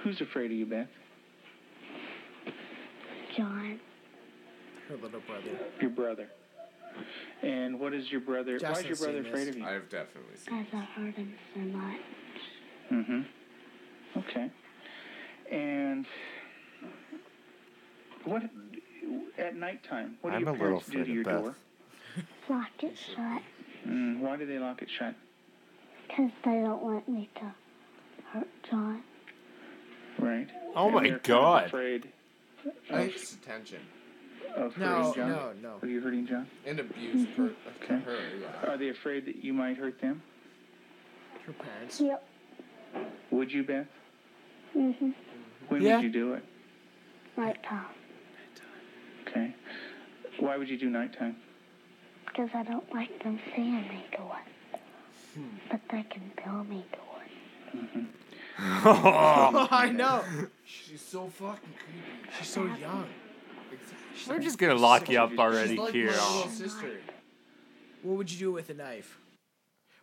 Speaker 9: Who's afraid of you, Beth?
Speaker 10: John.
Speaker 4: Her little brother.
Speaker 9: Your brother. And what is your brother? Why is
Speaker 4: Justin's
Speaker 9: your brother
Speaker 4: seen
Speaker 9: afraid
Speaker 4: this.
Speaker 9: of you?
Speaker 2: I've definitely seen.
Speaker 10: Because I hurt him so much.
Speaker 9: Mm-hmm. Okay. And what at nighttime? What do
Speaker 5: I'm
Speaker 9: your
Speaker 5: a little
Speaker 9: parents do to
Speaker 5: afraid
Speaker 9: your
Speaker 5: of Beth.
Speaker 9: door?
Speaker 10: Lock it shut.
Speaker 9: Mm, why do they lock it shut?
Speaker 10: Because they don't want me to hurt John.
Speaker 9: Right.
Speaker 5: Oh
Speaker 9: And
Speaker 5: my
Speaker 9: they're kind of
Speaker 5: God.
Speaker 9: afraid
Speaker 2: It's attention
Speaker 9: of
Speaker 4: No,
Speaker 9: hurting John.
Speaker 4: no, no.
Speaker 9: Are you hurting John?
Speaker 2: and abuse per- to
Speaker 9: Okay.
Speaker 2: her. Yeah.
Speaker 9: Are they afraid that you might hurt them?
Speaker 4: Her parents.
Speaker 10: Yep.
Speaker 9: Would you, Beth?
Speaker 10: Mm-hmm.
Speaker 9: When
Speaker 5: Yeah.
Speaker 9: would you do it?
Speaker 10: Nighttime.
Speaker 9: Okay. Why would you do nighttime?
Speaker 10: Because I don't like them seeing me do it. But they can tell me do it.
Speaker 5: Oh.
Speaker 4: I know.
Speaker 2: She's so fucking creepy.
Speaker 4: She's so young.
Speaker 5: We're just gonna lock you up already
Speaker 2: She's like
Speaker 5: here.
Speaker 2: my little sister.
Speaker 4: What would you do with a knife?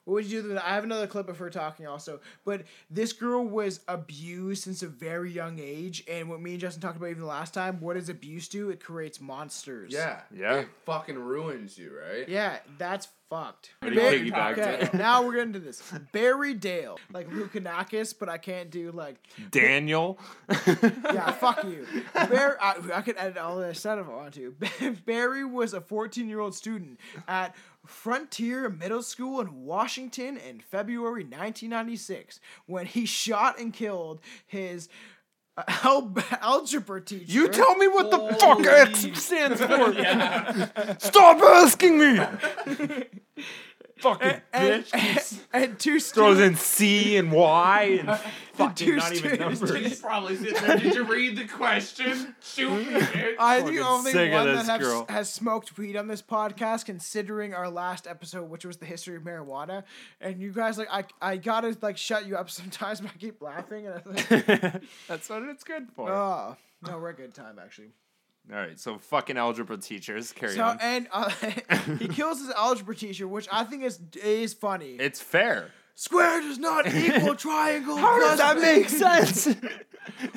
Speaker 4: What would you do? With a, I have another clip of her talking also, but this girl was abused since a very young age, and what me and Justin talked about even last time. What does abuse do? It creates monsters.
Speaker 2: Yeah.
Speaker 5: Yeah.
Speaker 2: It fucking ruins you, right?
Speaker 4: Yeah, that's fucked.
Speaker 5: Pretty piggybacked
Speaker 4: okay,
Speaker 5: it.
Speaker 4: now we're gonna do this. Barry Dale, like Lukanakis, but I can't do like.
Speaker 5: Daniel.
Speaker 4: Yeah, fuck you. Barry, I, I could edit all this out if I want to. Barry was a 14 year old student at Frontier Middle School in Washington in February 1996 when he shot and killed his uh, al- algebra teacher.
Speaker 5: You tell me what the fuck X stands for. Stop asking me.
Speaker 3: fucking
Speaker 4: And,
Speaker 3: bitch.
Speaker 4: and, and two
Speaker 3: Throws
Speaker 4: students.
Speaker 3: in C and Y and fucking
Speaker 4: two
Speaker 3: not even
Speaker 4: students.
Speaker 3: numbers.
Speaker 2: He's probably sitting there. Did you read the question? Shoot me, bitch.
Speaker 4: I the only
Speaker 3: sick of
Speaker 4: one that
Speaker 3: this
Speaker 4: have,
Speaker 3: girl.
Speaker 4: has smoked weed on this podcast, considering our last episode, which was the history of marijuana. And you guys, like, I, I gotta like shut you up sometimes, but I keep laughing, and I'm like,
Speaker 5: That's what it's good for.
Speaker 4: oh, no, we're a good time actually.
Speaker 5: All right, so fucking algebra teachers carry
Speaker 4: So
Speaker 5: on.
Speaker 4: and uh, he kills his algebra teacher, which I think is is funny.
Speaker 5: It's fair.
Speaker 4: Square does not equal triangle.
Speaker 3: How does that make sense?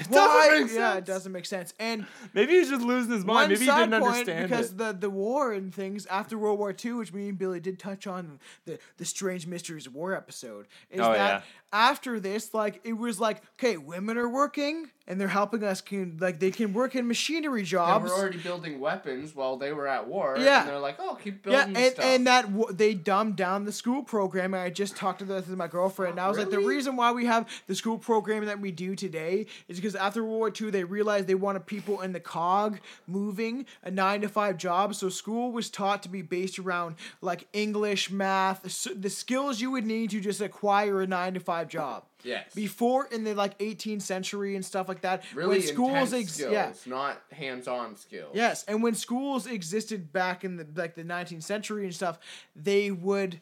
Speaker 4: Why?
Speaker 3: make
Speaker 4: Yeah, it
Speaker 3: sense.
Speaker 4: doesn't make sense. And
Speaker 3: Maybe he's just losing his
Speaker 4: one
Speaker 3: mind. Maybe he
Speaker 4: side
Speaker 3: didn't
Speaker 4: point
Speaker 3: understand
Speaker 4: because
Speaker 3: it.
Speaker 4: the the war and things after World War II, which me and Billy did touch on the the strange mysteries of war episode, is
Speaker 5: Oh,
Speaker 4: that
Speaker 5: yeah.
Speaker 4: after this, like it was like, okay, women are working and they're helping us can like they can work in machinery
Speaker 2: And
Speaker 4: jobs.
Speaker 2: we're already building weapons while they were at war.
Speaker 4: Yeah.
Speaker 2: And they're like, oh, keep
Speaker 4: Yeah,
Speaker 2: building
Speaker 4: and,
Speaker 2: stuff.
Speaker 4: and uh, that w- they dumbed down the school program. And I just talked to, this with my girlfriend, and I was like, the reason why we have the school program that we do today is because after World War II, they realized they wanted people in the cog moving a nine to five job. So school was taught to be based around like English, math, s the skills you would need to just acquire a nine to five job.
Speaker 2: Yes.
Speaker 4: Before in the like 18th century and stuff like that,
Speaker 2: really intense
Speaker 4: ex-
Speaker 2: skills,
Speaker 4: yeah.
Speaker 2: not hands-on skills.
Speaker 4: Yes, and when schools existed back in the like the 19th century and stuff, they would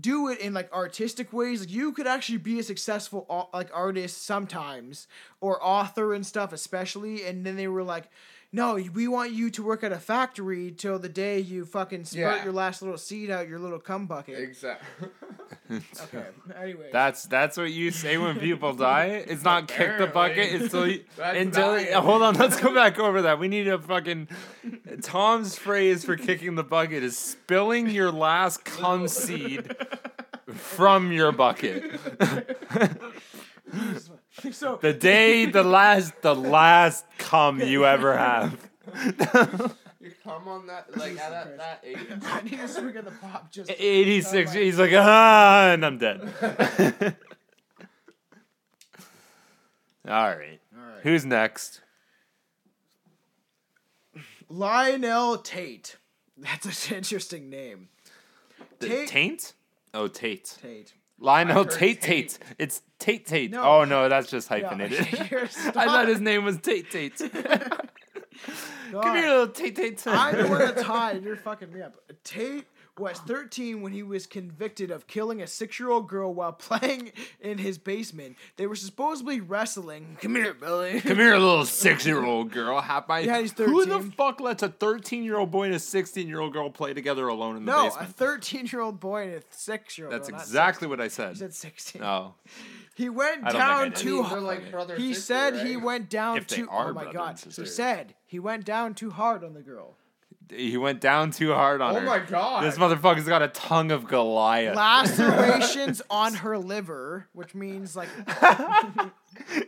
Speaker 4: do it in like artistic ways. Like you could actually be a successful au- like artist sometimes or author and stuff especially and then they were like no, we want you to work at a factory till the day you fucking spurt
Speaker 2: Yeah.
Speaker 4: your last little seed out your little cum bucket.
Speaker 2: Exactly.
Speaker 4: Okay. Anyway.
Speaker 5: That's that's what you say when people die. It's not kick the bucket. It's till you,
Speaker 2: That's
Speaker 5: until
Speaker 2: dying.
Speaker 5: hold on. Let's go back over that. We need a fucking Tom's phrase for kicking the bucket is spilling your last cum seed from your bucket.
Speaker 4: so
Speaker 5: The day, the last, the last cum you ever have.
Speaker 2: you come on that like at that, that age.
Speaker 4: I need to swing at the pop just
Speaker 5: Eighty six. He's like ah, and I'm dead. All right. Who's next?
Speaker 4: Lionel Tate. That's an interesting name.
Speaker 5: The
Speaker 4: Tate-
Speaker 5: Taint? Oh, Tate.
Speaker 4: Tate.
Speaker 5: Lionel
Speaker 2: heard
Speaker 5: Tate
Speaker 2: Tate.
Speaker 5: Tate. It's Tate Tate.
Speaker 4: No.
Speaker 5: Oh no, that's just
Speaker 4: Yeah,
Speaker 5: hyphenated.
Speaker 4: you're
Speaker 5: I
Speaker 4: stuck.
Speaker 5: thought his name was Tate Tate. Come
Speaker 4: God.
Speaker 5: here, little Tate Tate.
Speaker 4: I'm the one that's high, and you're fucking me up. Tate was 13 when he was convicted of killing a six-year-old girl while playing in his basement. They were supposedly wrestling. Come here, Billy.
Speaker 5: Come here, little six-year-old girl. Half my
Speaker 4: Yeah, he's
Speaker 5: Who the
Speaker 4: 13.
Speaker 5: fuck lets a thirteen-year-old boy and a sixteen-year-old girl play together alone in the
Speaker 4: No, a
Speaker 5: basement?
Speaker 4: 13-year-old boy and a six-year-old.
Speaker 5: That's
Speaker 4: girl, not
Speaker 5: exactly what I said.
Speaker 4: Six, he said 16.
Speaker 5: oh,
Speaker 4: He went
Speaker 5: I don't think I
Speaker 4: down
Speaker 5: did.
Speaker 4: too
Speaker 2: They're
Speaker 4: hard.
Speaker 2: like brother and
Speaker 4: He
Speaker 2: sister,
Speaker 4: said he
Speaker 2: right?
Speaker 4: went down
Speaker 5: If they
Speaker 4: too.
Speaker 5: are
Speaker 4: Oh my
Speaker 5: brother
Speaker 4: god!
Speaker 5: and
Speaker 4: He
Speaker 5: sister.
Speaker 4: said he went down too hard on the girl.
Speaker 5: he went down too hard on
Speaker 2: Oh
Speaker 5: her.
Speaker 2: my god.
Speaker 5: This motherfucker's got a tongue of Goliath.
Speaker 4: Lacerations on her liver, which means like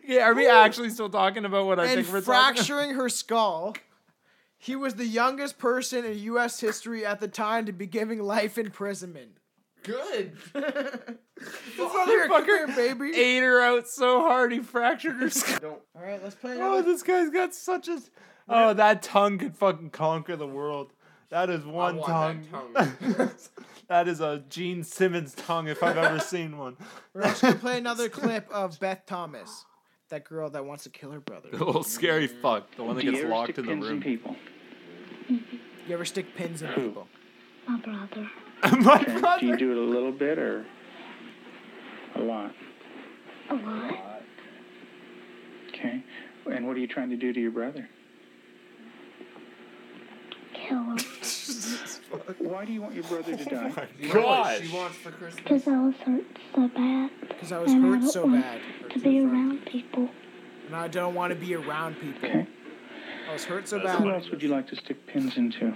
Speaker 5: yeah, are we actually still talking about what I
Speaker 4: and
Speaker 5: think we're talking? about?
Speaker 4: fracturing her skull. He was the youngest person in U.S. history at the time to be giving life imprisonment.
Speaker 2: good.
Speaker 4: This motherfucker, baby.
Speaker 5: Ate her out so hard he fractured her skull.
Speaker 2: Don't
Speaker 4: All right, let's play.
Speaker 5: Oh,
Speaker 4: Another.
Speaker 5: this guy's got such a. Oh, that tongue could fucking conquer the world. That is
Speaker 2: I
Speaker 5: one tongue.
Speaker 2: want that tongue.
Speaker 5: That is a Gene Simmons tongue if I've ever seen one.
Speaker 4: We're also gonna play another clip of Beth Thomas, that girl that wants to kill her brother.
Speaker 5: The little scary fuck, the one that
Speaker 9: Do you
Speaker 5: gets
Speaker 9: ever
Speaker 5: locked
Speaker 9: stick
Speaker 5: in the
Speaker 9: pins in
Speaker 5: room.
Speaker 9: people?
Speaker 4: You ever stick pins in people?
Speaker 10: My brother.
Speaker 5: My
Speaker 9: Okay. Do you
Speaker 5: brother.
Speaker 9: do it a little bit or a lot?
Speaker 10: A lot.
Speaker 9: Okay. And what are you trying to do to your brother?
Speaker 10: Kill him.
Speaker 9: Why do you want your brother to die?
Speaker 5: Gosh.
Speaker 2: She wants for Christmas.
Speaker 10: Because I was hurt so bad.
Speaker 4: Because I was
Speaker 10: and I
Speaker 4: hurt
Speaker 10: don't
Speaker 4: so
Speaker 10: want
Speaker 4: bad,
Speaker 10: to be around people.
Speaker 4: and I don't want to be around people.
Speaker 9: Okay.
Speaker 4: I was hurt so
Speaker 9: Who
Speaker 4: bad.
Speaker 9: else would you like to stick pins into?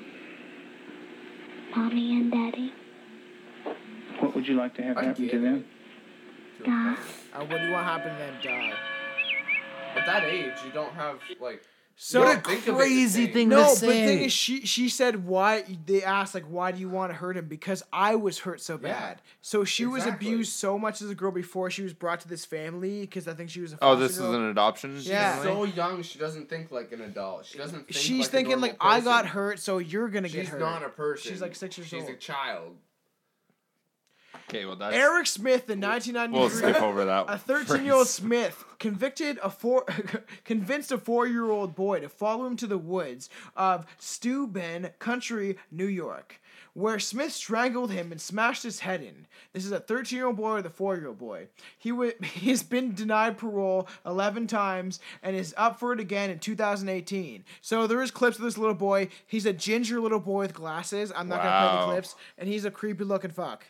Speaker 10: Mommy and daddy.
Speaker 9: What would you like to have happen to them?
Speaker 10: Die.
Speaker 4: Uh, what do you want to happen to them? Die.
Speaker 2: At that age, you don't have like
Speaker 4: So
Speaker 2: What a Think of it crazy the same. thing
Speaker 4: no, but the thing is, she she said why they asked like why do you want to hurt him because I was hurt so bad. so she was
Speaker 2: exactly.
Speaker 4: abused so much as a girl before she was brought to this family because I think she was. A
Speaker 5: Oh,
Speaker 4: foster
Speaker 5: this is
Speaker 4: girl.
Speaker 5: an adoption?
Speaker 4: Yeah.
Speaker 5: family?
Speaker 2: so young. She doesn't think like an adult. She doesn't. Think
Speaker 4: She's
Speaker 2: like a
Speaker 4: thinking
Speaker 2: normal
Speaker 4: like I got
Speaker 2: person.
Speaker 4: hurt, so you're gonna
Speaker 2: She's
Speaker 4: get hurt.
Speaker 2: not a person.
Speaker 4: She's like six years
Speaker 2: She's a
Speaker 4: old.
Speaker 2: child.
Speaker 5: Okay, well that's
Speaker 4: Eric Smith in 1993.
Speaker 5: we'll skip over that.
Speaker 4: A 13 year old
Speaker 5: phrase.
Speaker 4: Smith convicted a four, convinced a four year old boy to follow him to the woods of Steuben Country, New York, where Smith strangled him and smashed his head in. This is a 13 year old boy with a four year old boy. He wa he's been denied parole 11 times and is up for it again in 2018. So there is clips of this little boy. He's a ginger little boy with glasses. I'm not gonna play
Speaker 5: Wow.
Speaker 4: the clips, and he's a creepy looking fuck.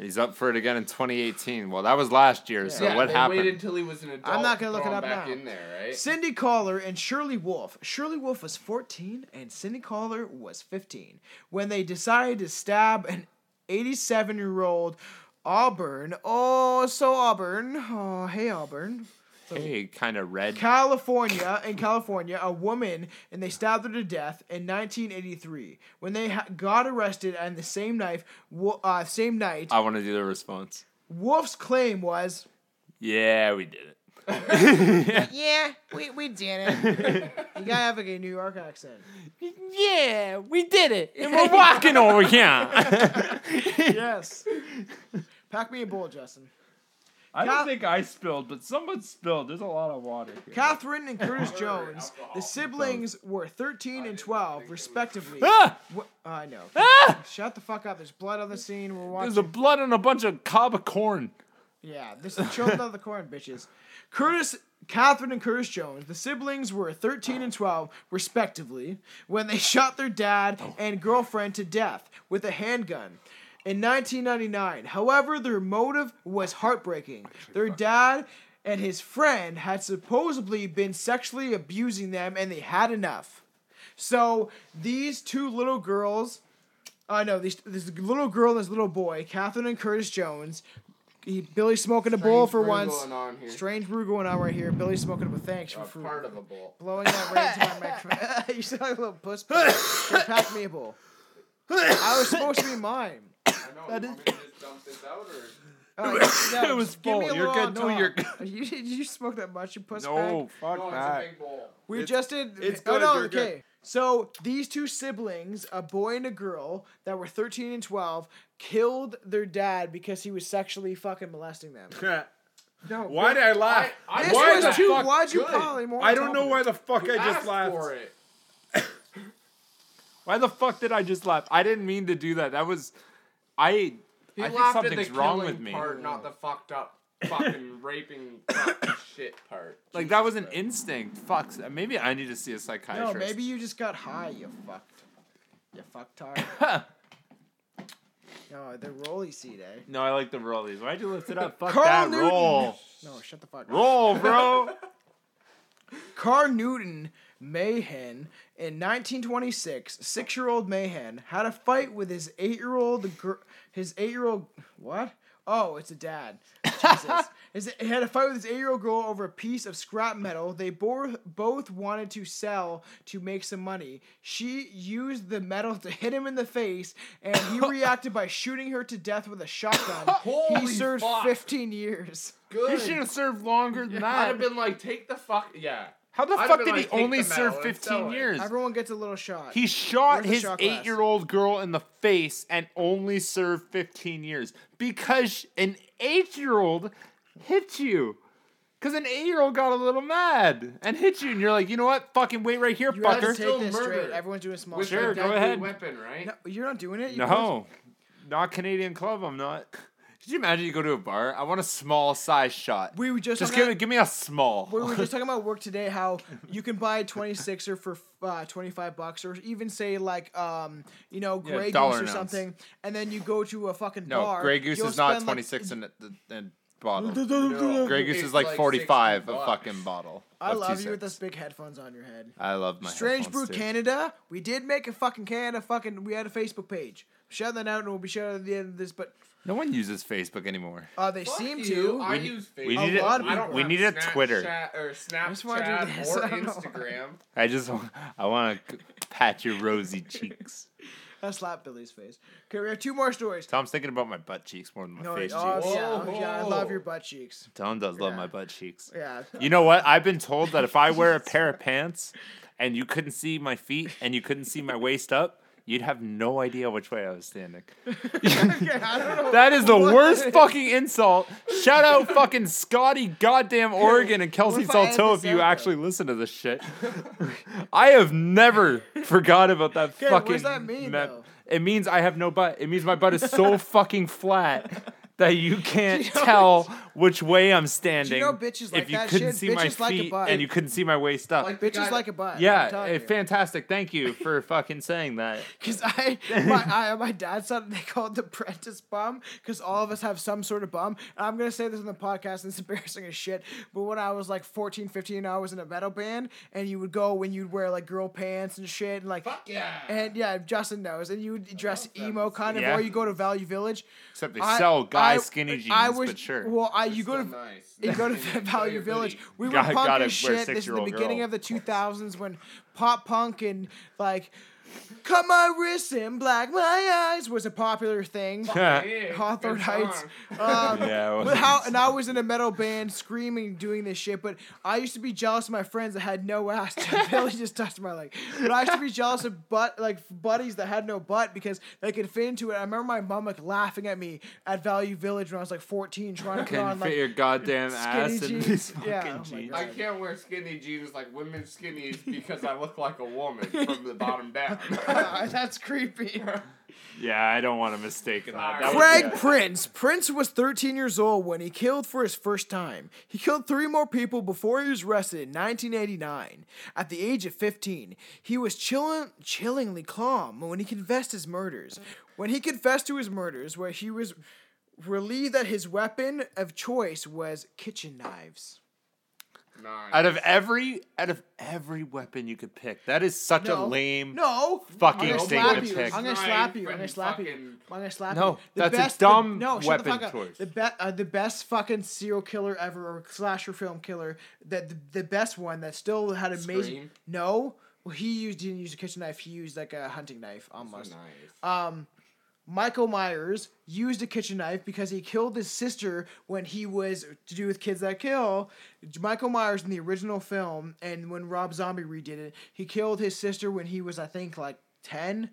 Speaker 5: He's up for it again in 2018. Well, that was last year. So
Speaker 2: Yeah,
Speaker 5: what
Speaker 2: they
Speaker 5: happened?
Speaker 2: Waited until he was an adult.
Speaker 4: I'm not gonna look
Speaker 2: throw
Speaker 4: it
Speaker 2: him
Speaker 4: up
Speaker 2: back
Speaker 4: now.
Speaker 2: in there, right?
Speaker 4: Cindy Collar and Shirley Wolf. Shirley Wolf was 14 and Cindy Collar was 15 when they decided to stab an 87 year old Auburn. Oh, so Auburn. Oh, hey, Auburn.
Speaker 5: hey, kind of red.
Speaker 4: California, in California, a woman, and they stabbed her to death in 1983 when they ha- got arrested and the same knife, wo- uh, same night.
Speaker 5: I want to do the response.
Speaker 4: Wolf's claim was,
Speaker 5: Yeah, we did it.
Speaker 4: "Yeah, we, we did it." you gotta have like a New York accent.
Speaker 5: Yeah, we did it. And we're walking over here.
Speaker 4: Yes. Pack me a bowl, Justin.
Speaker 11: I
Speaker 4: Cal-
Speaker 11: don't think I spilled, but someone spilled. There's a lot of water here.
Speaker 4: Catherine and Curtis Jones, the siblings were 13 and 12, respectively.
Speaker 5: Ah!
Speaker 4: Wh- I know.
Speaker 5: Ah!
Speaker 4: Shut the fuck up. There's blood on the scene. We're
Speaker 5: There's
Speaker 4: watching.
Speaker 5: a blood on a bunch of cob of corn.
Speaker 4: Yeah, this is children of the corn, bitches. Curtis, Catherine, and Curtis Jones, the siblings were 13 and 12, respectively, when they shot their dad and girlfriend to death with a handgun. In 1999, however, their motive was heartbreaking. Their dad and his friend had supposedly been sexually abusing them, and they had enough. So these two little girls, I know these this little girl and this little boy, Catherine and Curtis Jones, he, Billy smoking a bowl for
Speaker 2: brew
Speaker 4: once.
Speaker 2: going on here.
Speaker 4: Strange brew going on right here. Billy smoking a bowl. Thanks for
Speaker 2: A
Speaker 4: fruit.
Speaker 2: part of a bowl.
Speaker 4: blowing that right into my microphone. you sound like a little puss. Here, pass me a bowl. I was supposed to be mine.
Speaker 2: I know. That is. Just dump this out, or
Speaker 4: All right, no,
Speaker 5: It was
Speaker 4: just give me
Speaker 5: full.
Speaker 4: a
Speaker 5: You're
Speaker 4: little
Speaker 5: good.
Speaker 4: on
Speaker 5: No, you're
Speaker 4: top. You, did you smoke that much, you puss bag?
Speaker 5: No, Oh, fuck
Speaker 2: no, Oh, it's a
Speaker 5: that.
Speaker 2: big bowl.
Speaker 4: We just did.
Speaker 2: it's
Speaker 4: oh,
Speaker 2: good,
Speaker 4: no,
Speaker 2: you're
Speaker 4: okay. So these two siblings, a boy and a girl, that were 13 and 12, killed their dad because he was sexually fucking molesting them. No.
Speaker 11: Why did I laugh?
Speaker 2: I-
Speaker 4: This
Speaker 11: why the
Speaker 4: was too.
Speaker 11: fuck?
Speaker 4: Why'd you
Speaker 2: good?
Speaker 4: polymorph?
Speaker 11: I don't know why the fuck I
Speaker 2: Ask
Speaker 11: just laughed.
Speaker 2: for it.
Speaker 5: Why the fuck did I just laugh? I didn't mean to do that. That was,
Speaker 2: He
Speaker 5: I. I think
Speaker 2: laughed
Speaker 5: something's
Speaker 2: at the
Speaker 5: wrong
Speaker 2: killing
Speaker 5: with me.
Speaker 2: Part, not the fucked up, fucking raping fucking shit part.
Speaker 5: Like that was an instinct. Fuck. Maybe I need to see a
Speaker 4: No,
Speaker 5: psychiatrist.
Speaker 4: maybe you just got high. You fucked. You fucked hard. no, the rolly seat, eh?
Speaker 5: No, I like the rollies. Why'd you lift it up? Fuck
Speaker 4: Carl
Speaker 5: that
Speaker 4: Newton.
Speaker 5: roll.
Speaker 4: No, shut the fuck up.
Speaker 5: Roll, bro.
Speaker 4: Carl Newton Mahan in 1926, six-year-old Mahan had a fight with his eight-year-old gr- his eight-year-old what? Oh, it's a dad. Jesus. His, he had a fight with his eight-year-old girl over a piece of scrap metal they both both wanted to sell to make some money. She used the metal to hit him in the face, and he reacted by shooting her to death with a shotgun. he served 15 years.
Speaker 2: Good.
Speaker 5: You should have served longer than
Speaker 2: I'd have
Speaker 5: that.
Speaker 2: been like, take the fuck. Yeah.
Speaker 5: How the
Speaker 2: I'd have
Speaker 5: fuck
Speaker 2: been
Speaker 5: did
Speaker 2: like,
Speaker 5: he
Speaker 2: take
Speaker 5: only
Speaker 2: the medal
Speaker 5: serve
Speaker 2: and sell
Speaker 5: 15
Speaker 2: it.
Speaker 5: years?
Speaker 4: Everyone gets a little shot.
Speaker 5: He shot
Speaker 4: Where's the
Speaker 5: his
Speaker 4: shot glass?
Speaker 5: eight-year-old girl in the face and only served 15 years because an eight-year-old hit you. Because an eight-year-old got a little mad and hit you, and you're like, you know what? Fucking wait right here,
Speaker 4: You have to
Speaker 5: fucker.
Speaker 4: take
Speaker 2: Still
Speaker 4: this straight.
Speaker 2: murder.
Speaker 4: Everyone's doing small.
Speaker 2: With
Speaker 4: shit.
Speaker 5: Sure,
Speaker 2: a
Speaker 5: go
Speaker 2: deadly
Speaker 5: ahead.
Speaker 2: Weapon, right?
Speaker 4: No, you're not doing it. You
Speaker 5: No, not Canadian Club. I'm not. Could you imagine you go to a bar? I want a small size shot.
Speaker 4: We were just
Speaker 5: just
Speaker 4: on
Speaker 5: give
Speaker 4: that-
Speaker 5: me give me a small.
Speaker 4: We were just talking about work today. How you can buy a 26er for uh, 25 bucks, or even say like, um, you know, Grey Goose
Speaker 5: dollar
Speaker 4: or
Speaker 5: an ounce.
Speaker 4: something, and then you go to a fucking
Speaker 5: no,
Speaker 4: bar.
Speaker 5: Grey Goose
Speaker 4: you'll
Speaker 5: is not
Speaker 4: spend, like-
Speaker 5: 26 and and and bottle.
Speaker 2: No.
Speaker 5: Grey Goose
Speaker 2: It's
Speaker 5: is like,
Speaker 2: like
Speaker 5: 45
Speaker 2: 60
Speaker 5: a
Speaker 2: bucks.
Speaker 5: fucking bottle.
Speaker 4: I
Speaker 5: of
Speaker 4: love you
Speaker 5: 26.
Speaker 4: with those big headphones on your head.
Speaker 5: I love my
Speaker 4: Strange Brew
Speaker 5: headphones, too.
Speaker 4: Canada. We did make a fucking Canada fucking. We had a Facebook page. Shout that out, and we'll be shouting out at the end of this. But
Speaker 5: No one uses Facebook anymore.
Speaker 4: uh, they
Speaker 2: Fuck
Speaker 4: seem
Speaker 2: you.
Speaker 4: to.
Speaker 2: I use Facebook.
Speaker 5: we need
Speaker 4: a- lot of
Speaker 2: I don't
Speaker 4: people
Speaker 5: we
Speaker 2: have
Speaker 5: need a
Speaker 2: Snapchat
Speaker 5: Twitter.
Speaker 2: or
Speaker 4: why I do
Speaker 2: Snapchat
Speaker 4: this.
Speaker 2: or
Speaker 4: I don't know.
Speaker 2: Instagram.
Speaker 5: I just wa- I want to pat your rosy cheeks.
Speaker 4: I slapped Billy's face. Okay, we have two more stories.
Speaker 5: Tom's thinking about my butt cheeks more than my
Speaker 4: No,
Speaker 5: face
Speaker 4: oh,
Speaker 5: cheeks.
Speaker 4: yeah, oh, yeah, I love
Speaker 2: Whoa.
Speaker 4: your butt cheeks.
Speaker 5: Tom does love
Speaker 4: yeah.
Speaker 5: my butt cheeks.
Speaker 4: Yeah,
Speaker 5: You know what? I've been told that if I wear a pair of pants and you couldn't see my feet and you couldn't see my waist up, You'd have no idea which way I was standing.
Speaker 4: Okay, I don't know.
Speaker 5: That is the worst fucking insult. Shout out fucking Scotty goddamn Oregon and Kelsey
Speaker 4: if I had
Speaker 5: Salto
Speaker 4: this
Speaker 5: if you
Speaker 4: out,
Speaker 5: actually listen to this shit. I have never forgot about that
Speaker 4: Okay, what
Speaker 5: fucking
Speaker 4: does that mean,
Speaker 5: map.
Speaker 4: though?
Speaker 5: It means I have no butt. It means my butt is so fucking flat that you can't tell which way I'm standing.
Speaker 4: know bitches like
Speaker 5: if you
Speaker 4: that
Speaker 5: couldn't
Speaker 4: shit?
Speaker 5: see my
Speaker 4: Bitches like a
Speaker 5: feet
Speaker 4: butt.
Speaker 5: and you couldn't see my waist up.
Speaker 2: Like-
Speaker 4: Bitches
Speaker 2: Got it.
Speaker 4: like a butt.
Speaker 5: yeah, eh, fantastic. Thank you for fucking saying that.
Speaker 4: Because I, my, I, on my dad's side, they call it the Prentice bum because all of us have some sort of bum. And I'm going to say this on the podcast, and it's embarrassing as shit. But when I was like 14, 15, I was in a metal band, and you would go when you'd wear like girl pants and shit. And like,
Speaker 2: yeah.
Speaker 4: And yeah, Justin knows. And you would dress emo kind of,
Speaker 5: Yeah.
Speaker 4: or you go to Value Village.
Speaker 5: Except they
Speaker 4: I-
Speaker 5: sell guy
Speaker 4: I-
Speaker 5: skinny jeans,
Speaker 4: I was,
Speaker 5: but sure.
Speaker 4: Well, I, you go
Speaker 2: So
Speaker 4: to
Speaker 2: nice.
Speaker 4: you go to Value
Speaker 2: your
Speaker 4: Village.
Speaker 2: booty.
Speaker 4: We were
Speaker 5: Gotta-
Speaker 4: punk
Speaker 5: gotta
Speaker 4: as shit.
Speaker 5: wear
Speaker 4: This is the
Speaker 5: six-year-old
Speaker 4: beginning
Speaker 5: girl.
Speaker 4: of the 2000s when pop punk and like cut my wrists and black my eyes was a popular thing. Hawthorne Heights. Um,
Speaker 5: Yeah, it
Speaker 4: but
Speaker 5: was.
Speaker 4: how, and I was in a metal band screaming, doing this shit. But I used to be jealous of my friends that had no ass. Billy just touched my leg. But I used to be jealous of butt, like buddies that had no butt because they could fit into it. I remember my mom like laughing at me at Value Village when I was like 14, trying to put
Speaker 5: Can
Speaker 4: on
Speaker 5: fit
Speaker 4: like
Speaker 5: your goddamn ass in
Speaker 4: jeans.
Speaker 5: these fucking
Speaker 4: Yeah, oh my
Speaker 5: jeans.
Speaker 2: I can't wear skinny jeans like women's skinnies because I look like a woman from the bottom down.
Speaker 4: Ah, that's creepy.
Speaker 5: Yeah, I don't want to mistake in that. that would be
Speaker 4: Greg Prince. Prince was 13 years old when he killed for his first time. He killed three more people before he was arrested in 1989. At the age of 15, he was chilling, chillingly calm when he confessed his murders. When he confessed to his murders, where he was relieved that his weapon of choice was kitchen knives.
Speaker 2: Nice.
Speaker 5: out of every out of every weapon you could pick, that is such a lame.
Speaker 4: No,
Speaker 5: Fucking
Speaker 4: I'm gonna
Speaker 5: state
Speaker 4: slap
Speaker 5: of
Speaker 4: you.
Speaker 5: pick.
Speaker 4: I'm gonna
Speaker 2: Knife
Speaker 4: slap you. I'm gonna
Speaker 2: and
Speaker 4: slap you. I'm
Speaker 2: fucking-
Speaker 4: gonna slap you.
Speaker 5: No,
Speaker 4: The
Speaker 5: that's a
Speaker 4: best,
Speaker 5: dumb
Speaker 4: the, no, shut the
Speaker 5: weapon
Speaker 4: fuck up.
Speaker 5: choice.
Speaker 4: The best, uh, the best fucking serial killer ever, or slasher film killer. That the, the best one that still had amazing.
Speaker 2: Scream?
Speaker 4: No, well, he used didn't use a kitchen knife. He used like a hunting knife almost.
Speaker 2: nice.
Speaker 4: Michael Myers used a kitchen knife because he killed his sister when he was to do with kids that kill. Michael Myers in the original film and when Rob Zombie redid it, he killed his sister when he was I think like 10.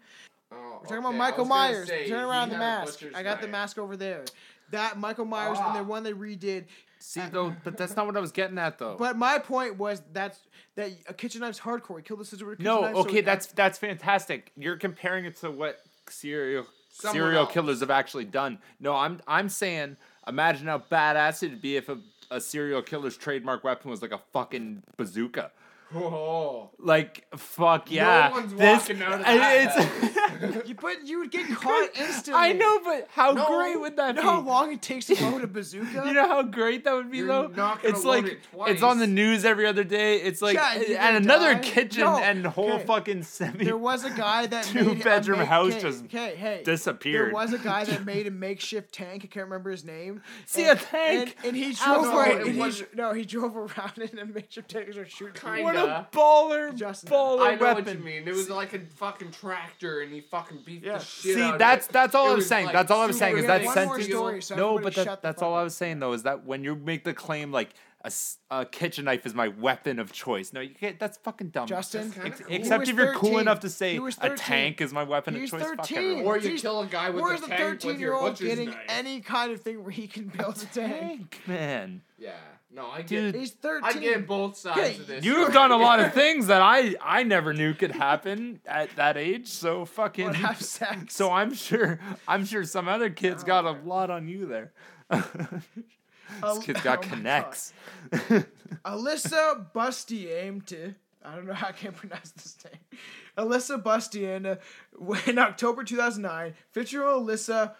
Speaker 2: Oh,
Speaker 4: We're talking
Speaker 2: okay,
Speaker 4: about
Speaker 2: I
Speaker 4: Michael
Speaker 2: was gonna
Speaker 4: Myers.
Speaker 2: say,
Speaker 4: Turn
Speaker 2: he
Speaker 4: around the
Speaker 2: had a
Speaker 4: mask.
Speaker 2: butcher's
Speaker 4: I got the
Speaker 2: knife. Ah.
Speaker 4: mask over there. That Michael Myers and the one they redid.
Speaker 5: See though, but that's not what I was getting at though.
Speaker 4: But my point was that's that a kitchen knife's hardcore. He killed his sister with a kitchen
Speaker 5: no,
Speaker 4: knife. so
Speaker 5: okay,
Speaker 4: he-
Speaker 5: that's that's fantastic. You're comparing it to what serial
Speaker 2: Someone
Speaker 5: serial
Speaker 2: else.
Speaker 5: killers have actually done. No, I'm I'm saying, imagine how badass it'd be if a, a serial killer's trademark weapon was like a fucking bazooka.
Speaker 2: Oh,
Speaker 5: Like fuck yeah,
Speaker 2: one's
Speaker 5: this
Speaker 2: walking out of
Speaker 5: and
Speaker 2: that
Speaker 5: it's-
Speaker 4: You- but you would get caught instantly.
Speaker 5: I know, but how
Speaker 4: No,
Speaker 5: great would that
Speaker 4: you know
Speaker 5: be?
Speaker 4: how long it takes to load a bazooka?
Speaker 5: You know how great that would be,
Speaker 2: You're
Speaker 5: though.
Speaker 2: not gonna
Speaker 5: it's
Speaker 2: load
Speaker 5: like
Speaker 2: it
Speaker 5: it's on the
Speaker 2: twice.
Speaker 5: news every other day. It's like
Speaker 4: Yeah, you're
Speaker 5: and
Speaker 4: gonna
Speaker 5: another
Speaker 4: die.
Speaker 5: kitchen
Speaker 4: No,
Speaker 5: and whole
Speaker 4: okay.
Speaker 5: fucking semi.
Speaker 4: There was a guy that
Speaker 5: Two
Speaker 4: made a
Speaker 5: bedroom
Speaker 4: make-
Speaker 5: house
Speaker 4: okay,
Speaker 5: just
Speaker 4: okay, hey, There
Speaker 5: disappeared.
Speaker 4: was a guy that made a makeshift tank. I can't remember his name.
Speaker 5: See,
Speaker 4: and-
Speaker 5: a tank?
Speaker 4: And, and he
Speaker 5: Oh,
Speaker 4: drove.
Speaker 5: no,
Speaker 4: around-
Speaker 5: it
Speaker 4: and he
Speaker 2: wasn't-
Speaker 4: dr- no, he drove around in a makeshift tank and started shooting. people.
Speaker 5: what a
Speaker 2: Kinda.
Speaker 5: baller,
Speaker 4: Justin,
Speaker 5: baller
Speaker 2: I know
Speaker 5: weapon.
Speaker 2: what you mean. It was like a fucking tractor, and he fucking beat
Speaker 4: Yeah.
Speaker 2: the shit
Speaker 5: See,
Speaker 2: out of
Speaker 5: that's
Speaker 2: it.
Speaker 5: that's all
Speaker 2: It
Speaker 5: I'm
Speaker 2: was,
Speaker 5: saying.
Speaker 2: like,
Speaker 5: that's all I'm
Speaker 2: super
Speaker 5: saying is
Speaker 4: good.
Speaker 5: that
Speaker 4: One more
Speaker 5: sentence.
Speaker 4: story, so
Speaker 5: no,
Speaker 4: everybody
Speaker 5: but that,
Speaker 4: shut the
Speaker 5: that's
Speaker 4: fuck
Speaker 5: all I
Speaker 4: up.
Speaker 5: was saying though is that when you make the claim like a, s- a kitchen knife is my weapon of choice. No, you can't. That's fucking dumb.
Speaker 4: Justin,
Speaker 2: That's kinda
Speaker 5: Ex-
Speaker 2: cool. He
Speaker 5: except
Speaker 4: was
Speaker 5: if you're cool
Speaker 4: 13.
Speaker 5: enough to say
Speaker 4: He was
Speaker 5: a
Speaker 4: 13.
Speaker 5: tank is my weapon
Speaker 4: He's
Speaker 5: of choice. Fuck
Speaker 4: 13.
Speaker 5: everyone.
Speaker 2: Or you
Speaker 4: Jeez,
Speaker 2: kill a guy with
Speaker 4: Where's
Speaker 2: a
Speaker 4: the
Speaker 2: tank with your
Speaker 4: thirteen-year-old
Speaker 2: butcher's
Speaker 4: getting
Speaker 2: knife.
Speaker 4: any kind of thing where he can build a tank?
Speaker 5: Tank, man.
Speaker 2: Yeah. No, I get.
Speaker 5: Dude,
Speaker 4: He's
Speaker 2: I
Speaker 4: thirteen.
Speaker 2: get both sides
Speaker 4: Okay,
Speaker 2: of this.
Speaker 5: You've done a lot of things that I I never knew could happen at that age. So fucking.
Speaker 4: would have sex.
Speaker 5: So I'm sure I'm sure some other kids got a lot on you there.
Speaker 4: Al-
Speaker 5: This kid's got
Speaker 4: oh my God.
Speaker 5: connects.
Speaker 4: Alyssa Bustiante. I don't know how I can't pronounce this name. Alyssa Bustiante, in October 2009, 50 year old Alyssa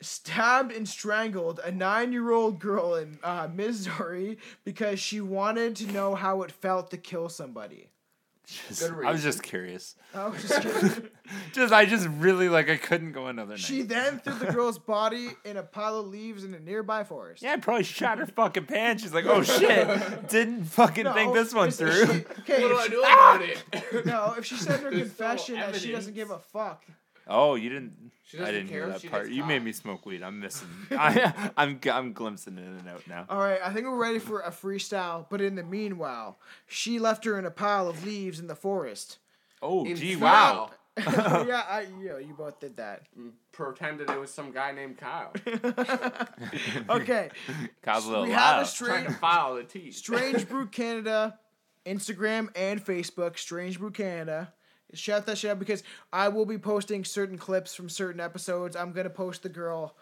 Speaker 4: stabbed and strangled a nine year old girl in uh, Missouri because she wanted to know how it felt to kill somebody.
Speaker 5: Just- I was just curious.
Speaker 4: I was just kidding.
Speaker 5: Just I just really like I couldn't go another night.
Speaker 4: she then threw the girl's body in a pile of leaves in a nearby forest.
Speaker 5: yeah, I probably shot her fucking pants. She's like, oh shit, didn't fucking think this one
Speaker 4: listen,
Speaker 5: through.
Speaker 4: she- okay,
Speaker 2: What do
Speaker 4: if
Speaker 2: I
Speaker 4: she-
Speaker 2: do about
Speaker 5: Ah!
Speaker 2: it?
Speaker 4: no, if she said in her
Speaker 2: There's no
Speaker 4: confession that she doesn't
Speaker 2: evidence.
Speaker 4: give a fuck,
Speaker 5: Oh, you didn't.
Speaker 2: She
Speaker 5: I
Speaker 2: doesn't
Speaker 5: didn't hear
Speaker 2: care if
Speaker 5: that
Speaker 2: she
Speaker 5: part.
Speaker 2: gets
Speaker 5: You made
Speaker 2: caught.
Speaker 5: me smoke weed. I'm missing. I, I'm g- I'm glimpsing in and out now.
Speaker 4: All right, I think we're ready for a freestyle. But in the meanwhile, she left her in a pile of leaves in the forest.
Speaker 5: Oh,
Speaker 2: In
Speaker 5: gee,
Speaker 2: fact-
Speaker 5: wow.
Speaker 4: yeah, I, yeah, you both did that.
Speaker 2: Pretended it was some guy named Kyle.
Speaker 4: Okay,
Speaker 5: Kyle's a
Speaker 2: Oh,
Speaker 5: little
Speaker 4: we have a
Speaker 2: trying
Speaker 5: loud.
Speaker 4: strange,
Speaker 2: to file the teeth.
Speaker 4: strange Brew Canada, Instagram and Facebook, Strange Brew Canada. Shout that shit out because I will be posting certain clips from certain episodes. I'm gonna post the girl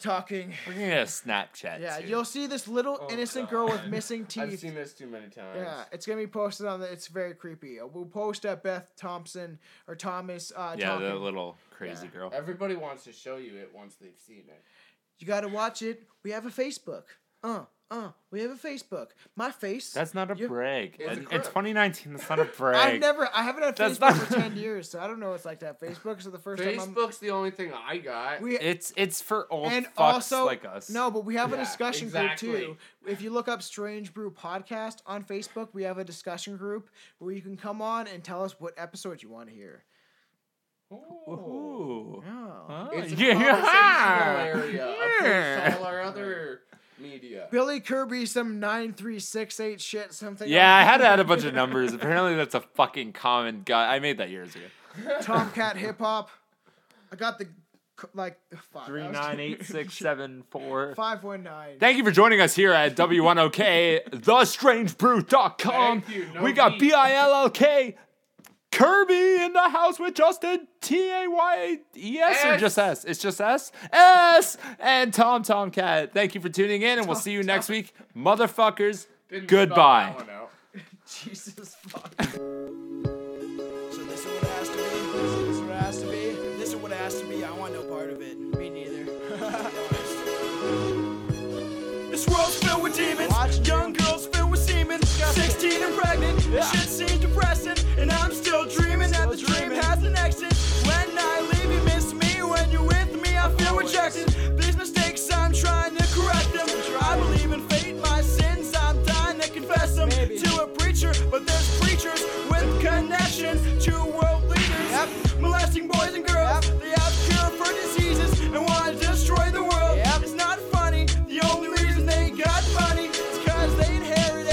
Speaker 4: talking.
Speaker 5: We're gonna get a Snapchat.
Speaker 4: Yeah,
Speaker 5: soon.
Speaker 4: you'll see this little
Speaker 2: Oh,
Speaker 4: innocent girl with
Speaker 2: God.
Speaker 4: missing
Speaker 2: I've
Speaker 4: teeth.
Speaker 2: seen this too many times.
Speaker 4: Yeah, it's gonna be posted on the. It's very creepy. Uh, We'll post at Beth Thompson or Thomas. Uh,
Speaker 5: yeah,
Speaker 4: talking.
Speaker 5: the little crazy girl.
Speaker 2: Everybody wants to show you it once they've seen it.
Speaker 4: you gotta watch it. We have a Facebook. Uh, uh, we have a Facebook. My face.
Speaker 5: That's not a
Speaker 4: You-
Speaker 5: brag.
Speaker 2: It's a
Speaker 5: In, in
Speaker 2: crib.
Speaker 5: 2019, that's not a brag.
Speaker 4: I've never. I haven't had
Speaker 5: That's
Speaker 4: Facebook
Speaker 5: not-
Speaker 4: for ten years, so I don't know what it's like to have Facebook. So the first time
Speaker 2: Facebook's the only thing I got.
Speaker 4: I'm. We
Speaker 5: It's it's for old
Speaker 4: and
Speaker 5: fucks
Speaker 4: also
Speaker 5: like us.
Speaker 4: no, but we have a
Speaker 2: Yeah,
Speaker 4: discussion group
Speaker 2: exactly.
Speaker 4: too. If you look up Strange Brew Podcast on Facebook, we have a discussion group where you can come on and tell us what episode you want to hear. Oh.
Speaker 5: Ooh. Huh?
Speaker 2: It's a
Speaker 5: yeah.
Speaker 2: conversational area opposed to all our other media.
Speaker 4: Billy Kirby, some nine three six eight shit, something.
Speaker 5: Yeah, I had to add a bunch of numbers. Apparently, that's a fucking common guy. I made that years ago.
Speaker 4: Tomcat hip hop. I got the c- like fuck,
Speaker 5: Three nine eight six seven four.
Speaker 4: five one nine.
Speaker 5: Thank you for joining us here at W1OK, thestrangebrew.com.
Speaker 2: Thank you, no
Speaker 5: we got
Speaker 2: beef.
Speaker 5: B I L L K Kirby in the house with Justin T A Y E S or
Speaker 2: S.
Speaker 5: just S? It's just S. S and Tom Tomcat. Thank you for tuning in, and we'll see you next week, motherfuckers.
Speaker 2: Didn't spell
Speaker 5: Goodbye.
Speaker 2: that one out.
Speaker 4: Jesus fuck.
Speaker 1: So this is what it has to be. This is what it has to be. This is what it has to be. I want no part of it. Me neither. This world's filled with demons. Young girls filled with semen. 16 and pregnant. Shit seems depressing. And I'm still dreaming that the dream has an exit. When I leave, you miss me. When you're with me, I feel rejected. These mistakes, I'm trying to correct them. I believe in fate, my sins. I'm dying to confess them to a preacher. But there's preachers with connection to world leaders. Molesting boys and girls. They have cure for diseases and want to destroy the world. It's not funny. The only reason they got money is because they inherited it.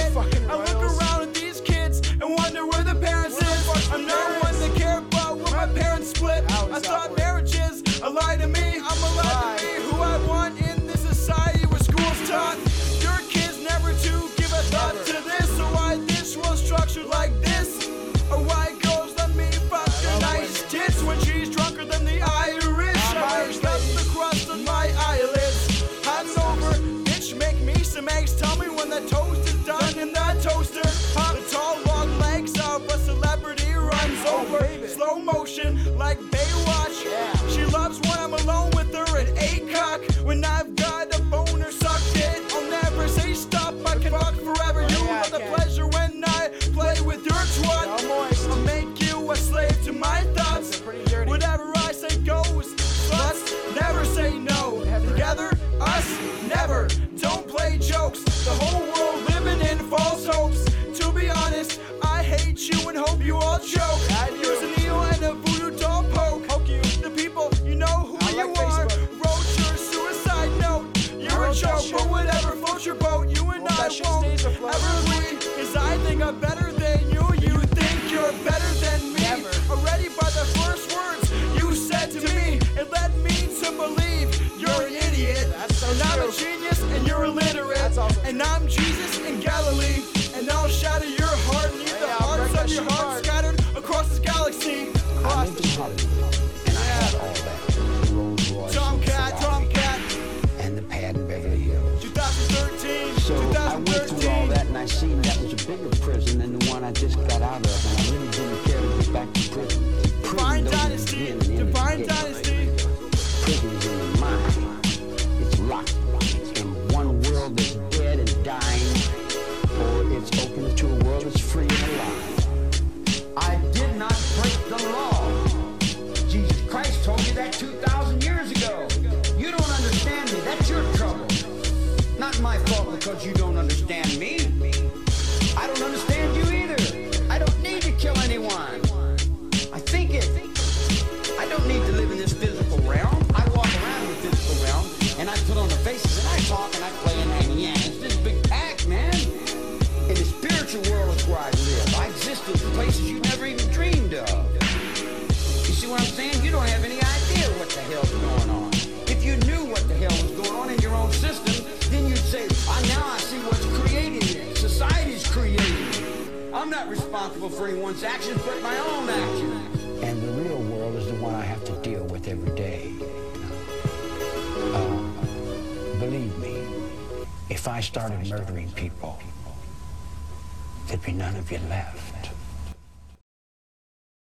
Speaker 1: I look around at these kids and wonder where the parents is. I'm not one that care about what my parents split. I thought marriage is a lie to me. I'm allowed to be who I want in this society where school's taught. Your kids never to give a thought to this. So why this was structured like this? Or why girls let me fuck her nice tits when she's drunker than the Irish? I raised up the crust on my eyelids. Hands over, bitch, make me some eggs. Tell me when that toast is done in that toaster. The tall, long legs of a celebrity runs over. Slow motion, like Baywatch. She loves when I'm alone with her at 8 cock. When I've got a boner sucked in, I'll never say stop. I can fuck forever. You love the pleasure when I play with your twat. I'll make you a slave to my thoughts. Whatever I say goes. Plus, never say no. Together, us, never. Don't play jokes. The whole world living in false hopes. To be honest, I hate you and hope you all choke. Use an eel and a voodoo doll poke. The people, you know who you are. Wrote your suicide note. You're a joke, but whatever floats your boat. You and I won't ever agree. Cause I think I'm better than you. You think you're better than me. Already by the first words you said to me, it led me to believe you're an idiot. And I'm a genius and you're illiterate. And I'm Jesus in Galilee. And I'll shatter your heart and leave the hearts of your heart scattered across this galaxy. Across the Tomcat, Tomcat,
Speaker 8: And the pad in Beverly Hills.
Speaker 1: 2013,
Speaker 8: So I went through all
Speaker 1: 2013.
Speaker 8: that and I seen that was a bigger prison than the one I just got out of. And I really didn't care to get back to prison.
Speaker 1: Divine
Speaker 8: Prison doesn't
Speaker 1: Dynasty,
Speaker 8: begin and end at the
Speaker 1: Divine
Speaker 8: gate.
Speaker 1: Dynasty.
Speaker 8: Prison is in the mind. It's locked. It's in one world that's dead and dying. Or it's open to a world that's free and alive. I did not break the law. "Ah,
Speaker 1: everyone's actions but my own actions. And the real world is the one I have to deal with every day. Uh,
Speaker 8: Um,
Speaker 1: believe me, if I started murdering people, there'd be none of you left.